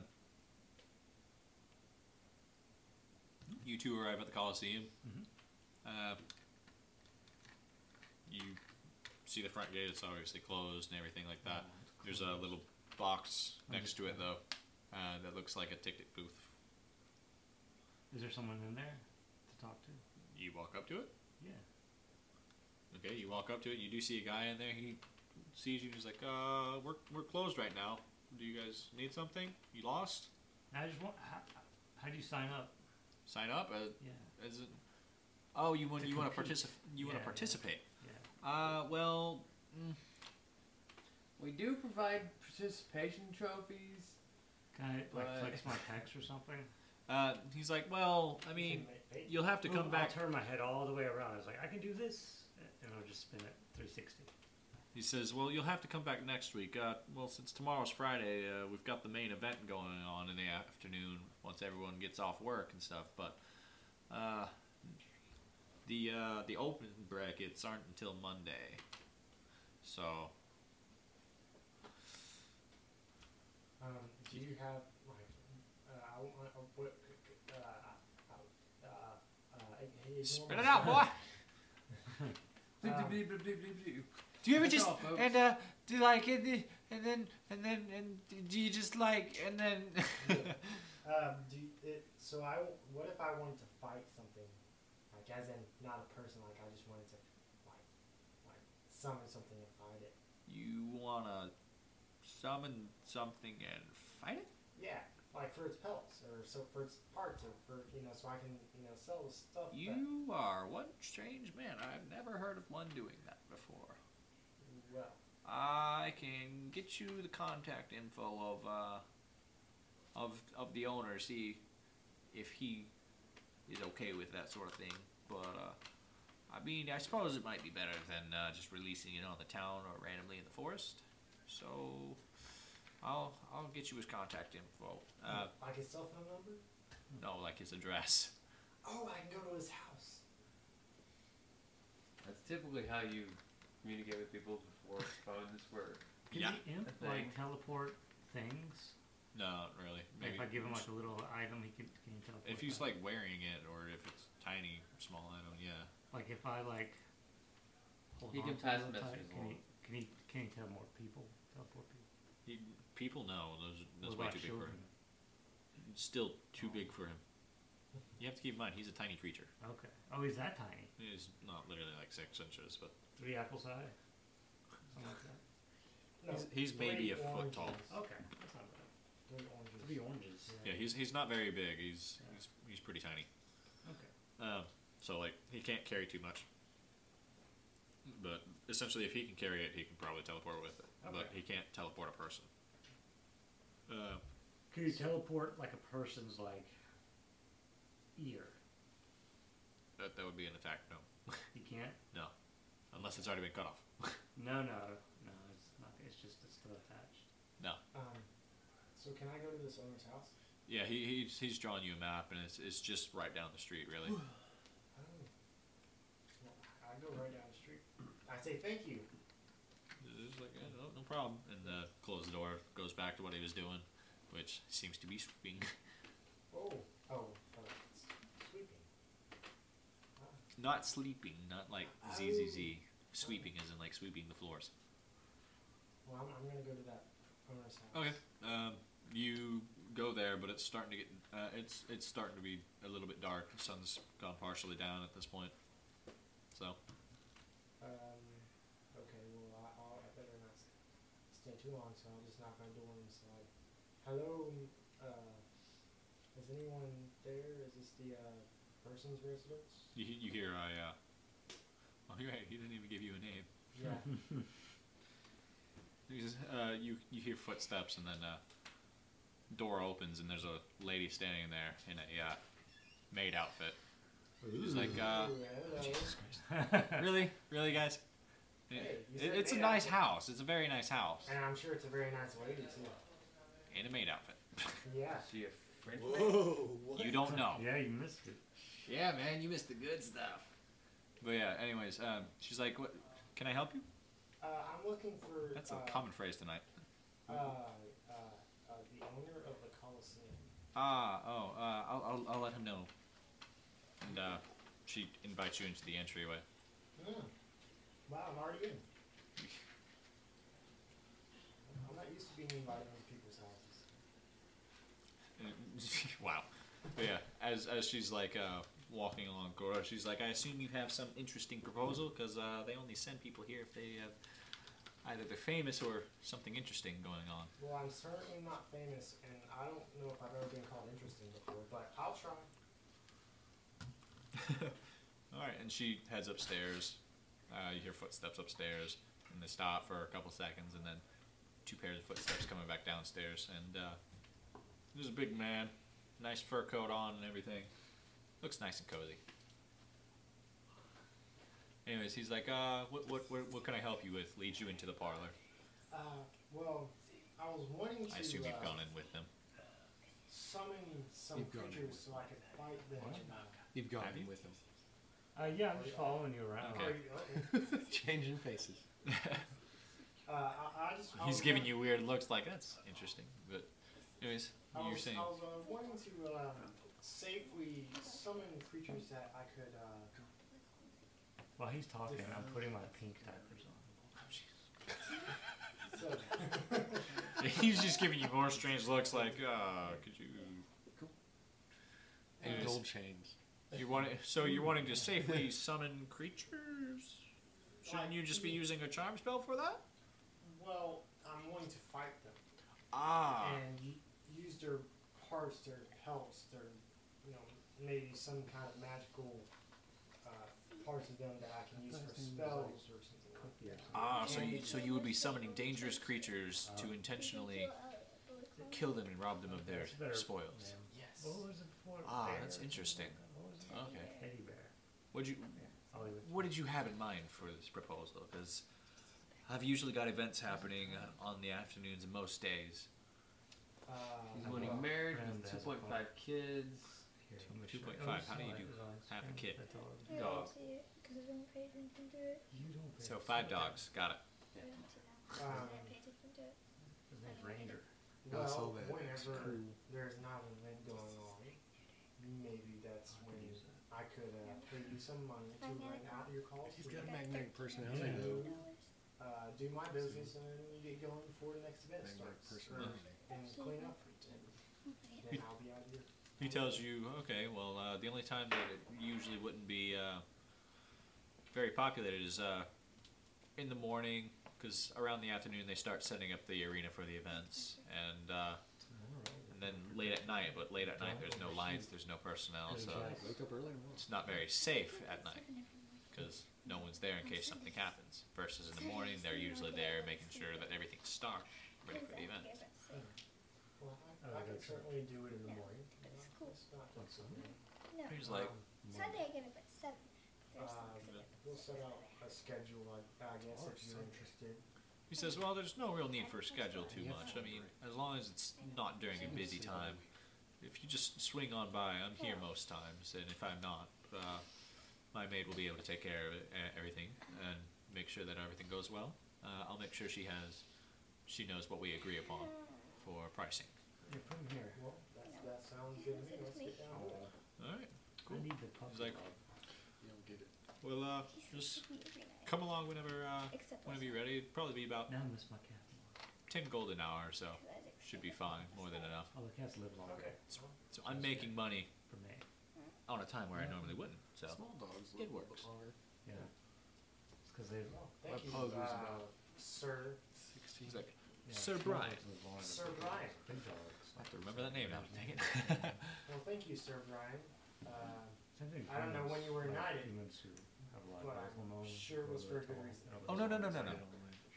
Speaker 1: you two arrive at the Colosseum.
Speaker 6: Mhm.
Speaker 1: Uh, you see the front gate. It's obviously closed and everything like that. There's a little box next to it though, uh, that looks like a ticket booth.
Speaker 6: Is there someone in there to talk to?
Speaker 1: You walk up to it.
Speaker 6: Yeah.
Speaker 1: Okay, you walk up to it. You do see a guy in there. He sees you. and He's like, "Uh, we're we're closed right now. Do you guys need something? You lost?
Speaker 6: I just want. How, how do you sign up?
Speaker 1: Sign up. Uh,
Speaker 6: Yeah.
Speaker 1: is it? Oh, you want
Speaker 6: To
Speaker 1: you want to
Speaker 6: compete.
Speaker 1: participate? You want
Speaker 6: Yeah,
Speaker 1: to
Speaker 6: yeah.
Speaker 1: participate?
Speaker 6: Yeah.
Speaker 1: Uh, well,
Speaker 3: We do provide participation trophies.
Speaker 6: Can I like
Speaker 3: But-
Speaker 6: flex my pecs or something?
Speaker 1: uh, he's like, well, I mean, you'll have to
Speaker 6: Ooh,
Speaker 1: come
Speaker 6: I'll
Speaker 1: back.
Speaker 6: turn my head all the way around. I was like, I can do this, and I'll just spin it 360.
Speaker 1: He says, well, you'll have to come back next week. Uh, well, since tomorrow's Friday, uh, we've got the main event going on in the afternoon once everyone gets off work and stuff. But uh, the uh, the open brackets aren't until Monday, so
Speaker 5: Um, do you have like uh, I want uh, what uh, uh, uh, uh, hey,
Speaker 1: spit
Speaker 5: Norman.
Speaker 1: it out, boy.
Speaker 3: Bleep,
Speaker 5: Um,
Speaker 3: bleep, bleep, bleep, bleep, bleep.
Speaker 1: Do you ever
Speaker 3: That's
Speaker 1: just
Speaker 3: all, folks.
Speaker 1: and uh, do like and, the- and then and then and do you just like and then?
Speaker 5: Um, do you, it, so I w- what if I wanted to fight something, like as in not a person, like I just wanted to like like summon something and fight it.
Speaker 1: you wanna summon something and fight it?
Speaker 5: Yeah, like for its pelts or so for its parts or for you know so I can you know sell the stuff. That,
Speaker 1: You are one strange man. I've never heard of one doing that before.
Speaker 5: well,
Speaker 1: I can get you the contact info of uh, of of the owner. See if he is okay with that sort of thing. But uh, I mean, I suppose it might be better than uh, just releasing it on the town or randomly in the forest. So I'll I'll get you his contact info. Uh,
Speaker 5: like his cell phone number.
Speaker 1: no, like his address.
Speaker 5: Oh, I can go to his house.
Speaker 3: That's typically how you communicate with people before phones were.
Speaker 6: Can
Speaker 1: Yeah.
Speaker 6: the imp
Speaker 3: I think.
Speaker 6: like teleport things?
Speaker 1: No, not really.
Speaker 6: Like, if I give him like a little item, he can can he teleport.
Speaker 1: if he's
Speaker 6: that?
Speaker 1: like wearing it or if it's tiny, small item, yeah.
Speaker 6: like if I like. Hold
Speaker 3: He
Speaker 6: on
Speaker 3: can
Speaker 6: to
Speaker 3: pass
Speaker 6: it
Speaker 3: messages
Speaker 6: tight, Can he,
Speaker 3: along.
Speaker 6: can he can he tell more people? Teleport people.
Speaker 1: He, people know those. That's
Speaker 6: What
Speaker 1: way
Speaker 6: about
Speaker 1: too big for
Speaker 6: children? Oh.
Speaker 1: him. Still too big for him.
Speaker 6: Hmm.
Speaker 1: You have to keep in mind he's a tiny creature.
Speaker 6: Okay. Oh, he's that tiny.
Speaker 1: He's not literally like six inches, but
Speaker 6: Three apples high. Something like that.
Speaker 5: No, Oh,
Speaker 1: he's, he's maybe a
Speaker 5: three
Speaker 1: foot tall.
Speaker 5: oranges.
Speaker 6: Okay, that's not bad.
Speaker 5: Three oranges.
Speaker 6: Three oranges.
Speaker 1: Yeah, he's he's not very big. He's
Speaker 6: Yeah.
Speaker 1: he's he's pretty tiny.
Speaker 6: Okay.
Speaker 1: Um, so like he can't carry too much. But essentially, if he can carry it, he can probably teleport with it. But
Speaker 6: Okay.
Speaker 1: he can't teleport a person. Uh,
Speaker 6: Can you teleport like a person's like ear?
Speaker 1: that that would be an attack. No,
Speaker 6: You can't.
Speaker 1: unless it's already been cut off.
Speaker 6: No, no, no. It's not. It's just it's still attached.
Speaker 5: Um, so can I go to this owner's house?
Speaker 1: Yeah, he, he's, he's drawn you a map, and it's, it's just right down the street, really.
Speaker 5: Oh. Well, I go right down the street. I say thank you.
Speaker 1: It's like, yeah, no, no problem. And uh, close the door, goes back to what he was doing, which seems to be sweeping.
Speaker 5: Oh, oh, oh it's sweeping.
Speaker 1: Not sleeping, not like Z Z Z. Sweeping as in like sweeping the floors.
Speaker 5: Well, I'm, I'm gonna go to that owner's house.
Speaker 1: Okay. Um, you go there, but it's starting to get uh, it's it's starting to be a little bit dark. The sun's gone partially down at this point. So
Speaker 5: Um, okay, well, I, I'll, I better not s- stay too long, so I'll just knock on door and say, hello, uh, is anyone there? Is this the, uh, person's residence?
Speaker 1: you you hear I uh, oh you're right. He didn't even give you a name.
Speaker 5: Yeah.
Speaker 1: He says, uh, you you hear footsteps and then uh, door opens and there's a lady standing there in a uh, maid outfit. She's like, uh,
Speaker 5: Ooh, hello.
Speaker 1: really, really, guys.
Speaker 5: Hey, you
Speaker 1: It-
Speaker 5: said
Speaker 1: it's a
Speaker 5: maid
Speaker 1: nice
Speaker 5: outfit.
Speaker 1: house. It's a very nice house.
Speaker 5: And I'm sure it's a very nice lady, too.
Speaker 1: In a maid outfit.
Speaker 5: Yeah.
Speaker 3: She a French
Speaker 1: You don't know.
Speaker 6: Yeah, you missed it.
Speaker 1: Yeah, man, you missed the good stuff. But yeah, anyways, um, she's like, "What? Can I help you?"
Speaker 5: Uh, I'm looking for,
Speaker 1: That's a
Speaker 5: uh,
Speaker 1: common phrase tonight.
Speaker 5: uh, uh, uh, the owner of the Coliseum.
Speaker 1: Ah, oh, uh, I'll, I'll, I'll let him know. And uh, she invites you into the entryway.
Speaker 5: Hmm. Wow, I'm already in. I'm not used to being invited into people's houses.
Speaker 1: wow. But yeah, as as she's like uh, walking along Goro, she's like, "I assume you have some interesting proposal because uh, they only send people here if they have either they're famous or something interesting going on."
Speaker 5: Well, I'm certainly not famous, and I don't know if I've ever been called interesting before, but I'll try.
Speaker 1: All right, and she heads upstairs. Uh, you hear footsteps upstairs, and they stop for a couple seconds, and then two pairs of footsteps coming back downstairs. And uh, there's a big man, nice fur coat on and everything. Looks nice and cozy. Anyways, he's like, uh, what, what, what, what can I help you with? Lead you into the parlor.
Speaker 5: Uh, well, I was wanting to
Speaker 1: I assume you've
Speaker 5: uh,
Speaker 1: gone in with him.
Speaker 5: summon some
Speaker 7: You've gone in
Speaker 5: creatures so I could fight them. Uh,
Speaker 7: You've gone
Speaker 1: Have you?
Speaker 7: with him.
Speaker 6: Uh, yeah, I'm just following you around.
Speaker 1: Okay.
Speaker 5: Are you- okay.
Speaker 7: Changing faces.
Speaker 5: Uh, I, I just, I
Speaker 1: He's
Speaker 5: was
Speaker 1: giving
Speaker 5: wa-
Speaker 1: you weird looks, like that's interesting. But, anyways,
Speaker 5: I
Speaker 1: you're
Speaker 5: was,
Speaker 1: saying
Speaker 5: I was uh, wanting to uh, safely summon creatures that I could uh,
Speaker 6: While he's talking, I'm putting my pink diapers on.
Speaker 5: so,
Speaker 1: he's just giving you more strange looks, like, uh, could you
Speaker 7: And
Speaker 1: Yes.
Speaker 7: gold chains.
Speaker 1: You want so you're wanting to safely summon creatures? Shouldn't you just be using a charm spell for that?
Speaker 5: well, I'm wanting to fight them.
Speaker 1: Ah,
Speaker 5: and u- use their parts, their pelts, their, you know, maybe some kind of magical uh, parts of them that I can use for spells or something like that.
Speaker 1: ah. So you so you would be summoning dangerous creatures to intentionally kill them and rob them of their
Speaker 6: Better
Speaker 1: spoils.
Speaker 6: name.
Speaker 5: Yes.
Speaker 6: What was it before?
Speaker 1: Ah,
Speaker 6: Bear.
Speaker 1: that's interesting.
Speaker 6: What was it?
Speaker 1: Okay.
Speaker 6: Teddy bear.
Speaker 1: What you
Speaker 6: I'll leave it.
Speaker 1: what did you have in mind for this proposal? Because I've usually got events happening uh, on the afternoons of most days.
Speaker 5: Uh,
Speaker 3: He's wanting marriage
Speaker 6: Friend
Speaker 3: with
Speaker 6: has
Speaker 3: 2.5 kids.
Speaker 6: Too much-
Speaker 1: 2.5,
Speaker 6: oh,
Speaker 1: how do you
Speaker 6: sorry,
Speaker 1: do
Speaker 6: it was on
Speaker 1: half a kid?
Speaker 6: screen. That's all.
Speaker 1: Yeah, Dog.
Speaker 12: Because I didn't pay attention to it.
Speaker 6: You don't
Speaker 1: So
Speaker 6: bear.
Speaker 1: five dogs, got it.
Speaker 12: I didn't see that.
Speaker 5: Um,
Speaker 12: I paid attention to it.
Speaker 6: His name's Ranger.
Speaker 7: I saw
Speaker 5: well,
Speaker 7: that. It's
Speaker 5: whenever
Speaker 7: cool.
Speaker 5: there's not an event going on, maybe that's when I could uh, pay you some money to run out your calls,
Speaker 7: He's
Speaker 5: for
Speaker 7: got a
Speaker 5: you,
Speaker 7: magnetic personality. though.
Speaker 6: Yeah.
Speaker 5: uh, do my business, and then you get going before the next event
Speaker 7: Magnetic
Speaker 5: starts,
Speaker 7: personality.
Speaker 5: or- and clean up for ten. Then I'll be out of here.
Speaker 1: He tells you, okay, well, uh, the only time that it usually wouldn't be uh, very populated is uh, in the morning, because around the afternoon they start setting up the arena for the events, and, uh, and then late at night. But late at night, there's no lights, there's no personnel, so
Speaker 7: Wake up early in the morning.
Speaker 1: it's not very safe at night because no one's there in case something happens. Versus in the morning, they're usually there making sure that everything's stocked, ready for the event.
Speaker 5: Well,
Speaker 6: Oh,
Speaker 5: I, I can
Speaker 6: that's right.
Speaker 5: certainly do it in the morning.
Speaker 12: But it's
Speaker 5: Not-
Speaker 12: cool.
Speaker 5: It's not
Speaker 6: Like so?
Speaker 12: No.
Speaker 1: He's like,
Speaker 12: Sunday I get up at 7. There's
Speaker 5: Um, We'll set out a schedule, I, I guess, if you're interested.
Speaker 1: He says, "Well, there's no real need for a schedule too much. I mean, as long as it's not during a busy time, If you just swing on by, I'm here most times, and if I'm not, uh, my maid will be able to take care of it, e- everything and make sure that everything goes well. Uh, I'll make sure she has, she knows what we agree upon for pricing.
Speaker 6: Yeah, put 'em here.
Speaker 5: Well, that's, that sounds good to me. Let's get down to it.
Speaker 1: All right.
Speaker 6: I need the puppy.
Speaker 1: He's like,
Speaker 2: You don't get it.
Speaker 1: well, uh,
Speaker 12: He sleeps
Speaker 1: just
Speaker 12: with me every night.
Speaker 1: come along whenever, uh,
Speaker 12: Except
Speaker 1: whenever you're ready. It'd probably be about
Speaker 6: now I miss my cat more.
Speaker 1: ten gold an hour or so.
Speaker 12: last night, 'cause I was
Speaker 1: Should be fine, more than enough.
Speaker 6: Oh, the cats live longer
Speaker 5: Okay.
Speaker 1: So I'm making money
Speaker 6: for me.
Speaker 1: on a time where I normally wouldn't. So
Speaker 2: Small dogs
Speaker 1: It
Speaker 2: live a little
Speaker 1: works.
Speaker 2: bit longer.
Speaker 6: Yeah. It's because they.
Speaker 5: Oh,
Speaker 2: My
Speaker 5: thank you,
Speaker 2: pug was
Speaker 5: uh,
Speaker 2: about-
Speaker 5: Sir,
Speaker 2: Sixteen.
Speaker 1: he's like,
Speaker 6: Yeah,
Speaker 1: Sir
Speaker 6: small
Speaker 1: Brian.
Speaker 6: dogs live longer.
Speaker 5: Sir Brian.
Speaker 6: Big dogs.
Speaker 1: I have to remember that name now. Dang it.
Speaker 5: Well, thank you, Sir Brian. Uh,
Speaker 6: Same thing with
Speaker 5: I don't know when you were
Speaker 6: like
Speaker 5: knighted,
Speaker 6: Humans who have a lot
Speaker 5: but
Speaker 6: of
Speaker 5: I'm
Speaker 6: hormones,
Speaker 5: sure it
Speaker 6: who
Speaker 5: was
Speaker 6: are
Speaker 5: for a good
Speaker 6: tall,
Speaker 5: reason.
Speaker 6: and
Speaker 1: Oh, no, no, no, no,
Speaker 6: they're
Speaker 1: no.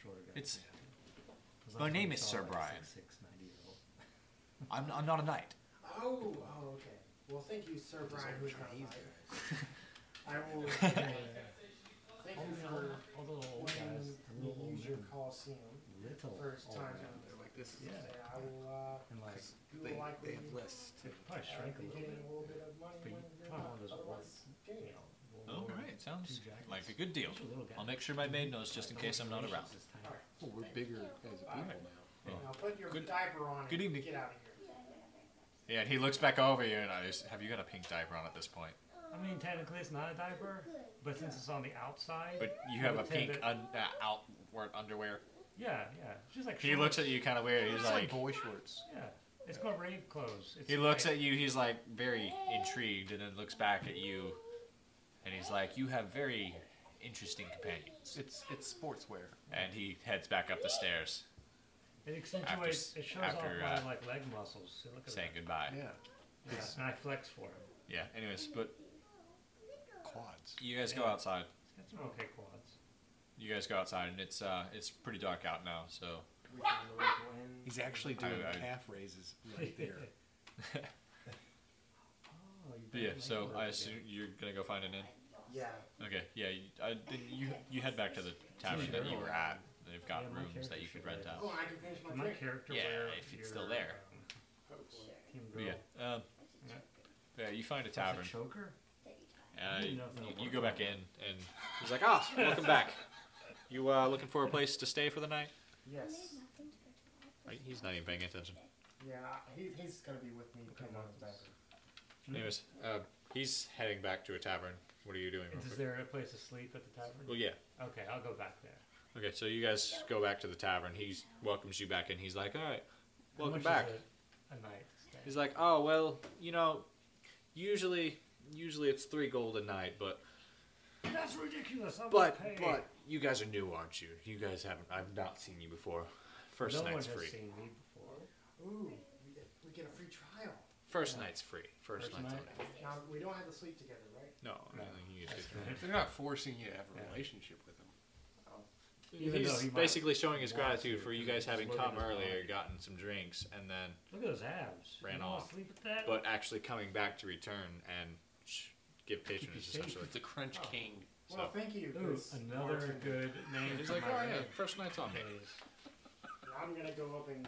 Speaker 6: shorter guys.
Speaker 1: It's
Speaker 6: 'Cause
Speaker 1: my
Speaker 6: last time
Speaker 1: name
Speaker 6: I
Speaker 1: is
Speaker 6: saw,
Speaker 1: Sir
Speaker 6: like,
Speaker 1: Brian.
Speaker 6: 6'6", 90 year old.
Speaker 1: I'm, I'm not a knight.
Speaker 5: Oh, oh, okay. Well, thank you, Sir Brian, who's not mine. I will. uh, thank you for
Speaker 6: All the little old guys, the
Speaker 5: when
Speaker 6: little
Speaker 5: you
Speaker 6: old
Speaker 5: use your
Speaker 6: men,
Speaker 5: Coliseum
Speaker 6: little
Speaker 5: first
Speaker 6: old
Speaker 5: time.
Speaker 6: men.
Speaker 2: uh, They're like this.
Speaker 6: Yeah.
Speaker 5: I will. Uh,
Speaker 6: And like
Speaker 5: you
Speaker 2: They,
Speaker 5: will likely
Speaker 2: they have less.
Speaker 6: it probably
Speaker 5: uh,
Speaker 6: shrank a
Speaker 5: be
Speaker 6: little
Speaker 5: getting
Speaker 6: bit.
Speaker 5: a little bit of money
Speaker 6: But you
Speaker 5: when you're
Speaker 6: probably
Speaker 5: not
Speaker 6: one of those
Speaker 5: otherwise getting it.
Speaker 1: Oh, All
Speaker 6: All
Speaker 1: right, sounds
Speaker 6: Two
Speaker 1: like a
Speaker 6: jackets.
Speaker 1: good deal.
Speaker 6: Those are little
Speaker 1: I'll
Speaker 6: guys.
Speaker 1: make sure my maid knows just in case I'm not around.
Speaker 5: All right.
Speaker 2: Well, we're bigger as a people
Speaker 5: Alright.
Speaker 2: now.
Speaker 5: Now put your
Speaker 1: Good-
Speaker 5: diaper on
Speaker 1: good
Speaker 5: and
Speaker 1: evening.
Speaker 5: get out of here.
Speaker 12: Yeah, yeah, right.
Speaker 1: Yeah, and he looks back over you and I just, have you got a pink diaper on at this point?
Speaker 6: I mean, technically it's not a diaper, but since it's on the outside,
Speaker 1: But you have a
Speaker 6: Well,
Speaker 1: pink
Speaker 6: tender-
Speaker 1: un, uh, outward underwear.
Speaker 6: yeah, yeah, it's just like
Speaker 1: He looks at you kind of weird. He's
Speaker 2: It's like
Speaker 1: like,
Speaker 2: boy shorts.
Speaker 6: yeah, it's called rave clothes. It's
Speaker 1: he looks
Speaker 6: like-
Speaker 1: at you. He's like very intrigued, and then looks back at you, and he's like, you have very interesting companions.
Speaker 2: It's it's sportswear.
Speaker 1: And he heads back up the stairs,
Speaker 6: it accentuates,
Speaker 1: after s-
Speaker 6: it shows
Speaker 1: after,
Speaker 6: off
Speaker 1: uh,
Speaker 6: my like leg muscles. So look at
Speaker 1: saying
Speaker 6: that.
Speaker 1: goodbye.
Speaker 2: Yeah.
Speaker 6: Yeah, and I flex for him.
Speaker 1: Yeah. Anyways, but
Speaker 2: Quads.
Speaker 1: you guys go outside.
Speaker 6: He's got some okay quads.
Speaker 1: You guys go outside, and it's uh, it's pretty dark out now. So
Speaker 5: We found the right wind.
Speaker 7: He's actually
Speaker 1: I-
Speaker 7: doing
Speaker 1: I-
Speaker 7: calf raises right there.
Speaker 6: oh, you
Speaker 1: yeah.
Speaker 6: better
Speaker 1: So I
Speaker 6: make work
Speaker 1: assume
Speaker 6: again.
Speaker 1: you're gonna go find an inn.
Speaker 5: Yeah.
Speaker 1: Okay, yeah, you, I, then you you head back to the tavern that you were at. They've got
Speaker 6: Yeah, my
Speaker 1: rooms that you
Speaker 6: character
Speaker 1: could rent
Speaker 6: should
Speaker 1: out.
Speaker 5: Oh, and I can finish my
Speaker 6: Can my
Speaker 5: drink.
Speaker 6: character
Speaker 1: Yeah,
Speaker 6: wear
Speaker 1: if it's
Speaker 6: your,
Speaker 1: still there.
Speaker 6: um, team
Speaker 1: But
Speaker 6: girl?
Speaker 1: yeah, um,
Speaker 6: Yeah.
Speaker 1: yeah, you find a
Speaker 6: Is it
Speaker 1: tavern.
Speaker 6: choker?
Speaker 1: Uh,
Speaker 6: You
Speaker 1: you,
Speaker 6: know that'll
Speaker 1: you
Speaker 6: work
Speaker 1: go back
Speaker 6: out.
Speaker 1: in, and he's like, "Ah, welcome back. You uh, looking for a place to stay for the night?"
Speaker 5: Yes.
Speaker 1: Right, he's not even paying attention.
Speaker 5: Yeah, he, he's gonna be with me
Speaker 6: Okay,
Speaker 5: coming out
Speaker 6: nice.
Speaker 5: the bathroom.
Speaker 1: Anyways, uh, he's heading back to a tavern. What are you doing? real
Speaker 6: Is
Speaker 1: quick?
Speaker 6: there a place to sleep at the tavern?
Speaker 1: Well, yeah.
Speaker 6: Okay, I'll go back there.
Speaker 1: Okay, so you guys go back to the tavern. He welcomes you back in. He's like, "All right,
Speaker 6: How
Speaker 1: welcome
Speaker 6: much is
Speaker 1: back."
Speaker 6: A, a night stay.
Speaker 1: He's like, oh well, you know, usually, usually it's three gold a night, but
Speaker 6: That's ridiculous. I'm
Speaker 1: but
Speaker 6: pay.
Speaker 1: but you guys are new, aren't you? You guys haven't. I've not seen you before. First
Speaker 6: no
Speaker 1: night's
Speaker 6: one has
Speaker 1: free.
Speaker 6: seen me before.
Speaker 5: Ooh, we get, we get a free trial.
Speaker 1: First night's free. First,
Speaker 6: First
Speaker 1: night's
Speaker 6: night?
Speaker 1: only.
Speaker 5: Now we don't have to sleep together, right?
Speaker 1: No, I mean, you just
Speaker 7: They're not forcing you to have
Speaker 6: Yeah.
Speaker 7: a relationship with them.
Speaker 6: Even though
Speaker 1: He's
Speaker 6: he might
Speaker 1: basically showing his
Speaker 6: want
Speaker 1: gratitude
Speaker 6: to,
Speaker 1: for you guys
Speaker 6: because he's
Speaker 1: having
Speaker 6: living
Speaker 1: come
Speaker 6: his
Speaker 1: earlier,
Speaker 6: life.
Speaker 1: gotten some drinks, and then
Speaker 6: Look at those abs.
Speaker 1: Ran
Speaker 6: you wanna
Speaker 1: off.
Speaker 6: Sleep with that?
Speaker 1: but actually coming back to return and sh- give
Speaker 6: you
Speaker 1: patronage
Speaker 6: safe.
Speaker 1: essentially.
Speaker 2: It's a crunch king.
Speaker 5: Oh. Well, thank you.
Speaker 6: Ooh,
Speaker 5: 'cause
Speaker 6: another
Speaker 5: bartender.
Speaker 6: good name.
Speaker 1: He's
Speaker 6: for
Speaker 1: like, oh
Speaker 6: my
Speaker 1: yeah,
Speaker 6: name.
Speaker 1: first night's on me.
Speaker 5: Now I'm gonna go up and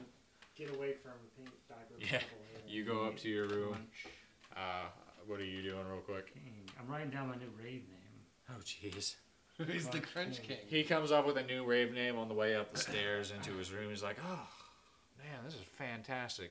Speaker 5: get away from pink diaper.
Speaker 1: Yeah,
Speaker 5: people here.
Speaker 1: You go up to your room.
Speaker 6: Lunch.
Speaker 1: Uh, what are you doing, real quick?
Speaker 6: Dang, I'm writing down my new raid name.
Speaker 1: Oh, jeez.
Speaker 7: He's the
Speaker 6: Crunch
Speaker 7: crunch
Speaker 6: king.
Speaker 7: king.
Speaker 1: He comes up with a new rave name on the way up the stairs into his room. He's like, oh, man, this is fantastic.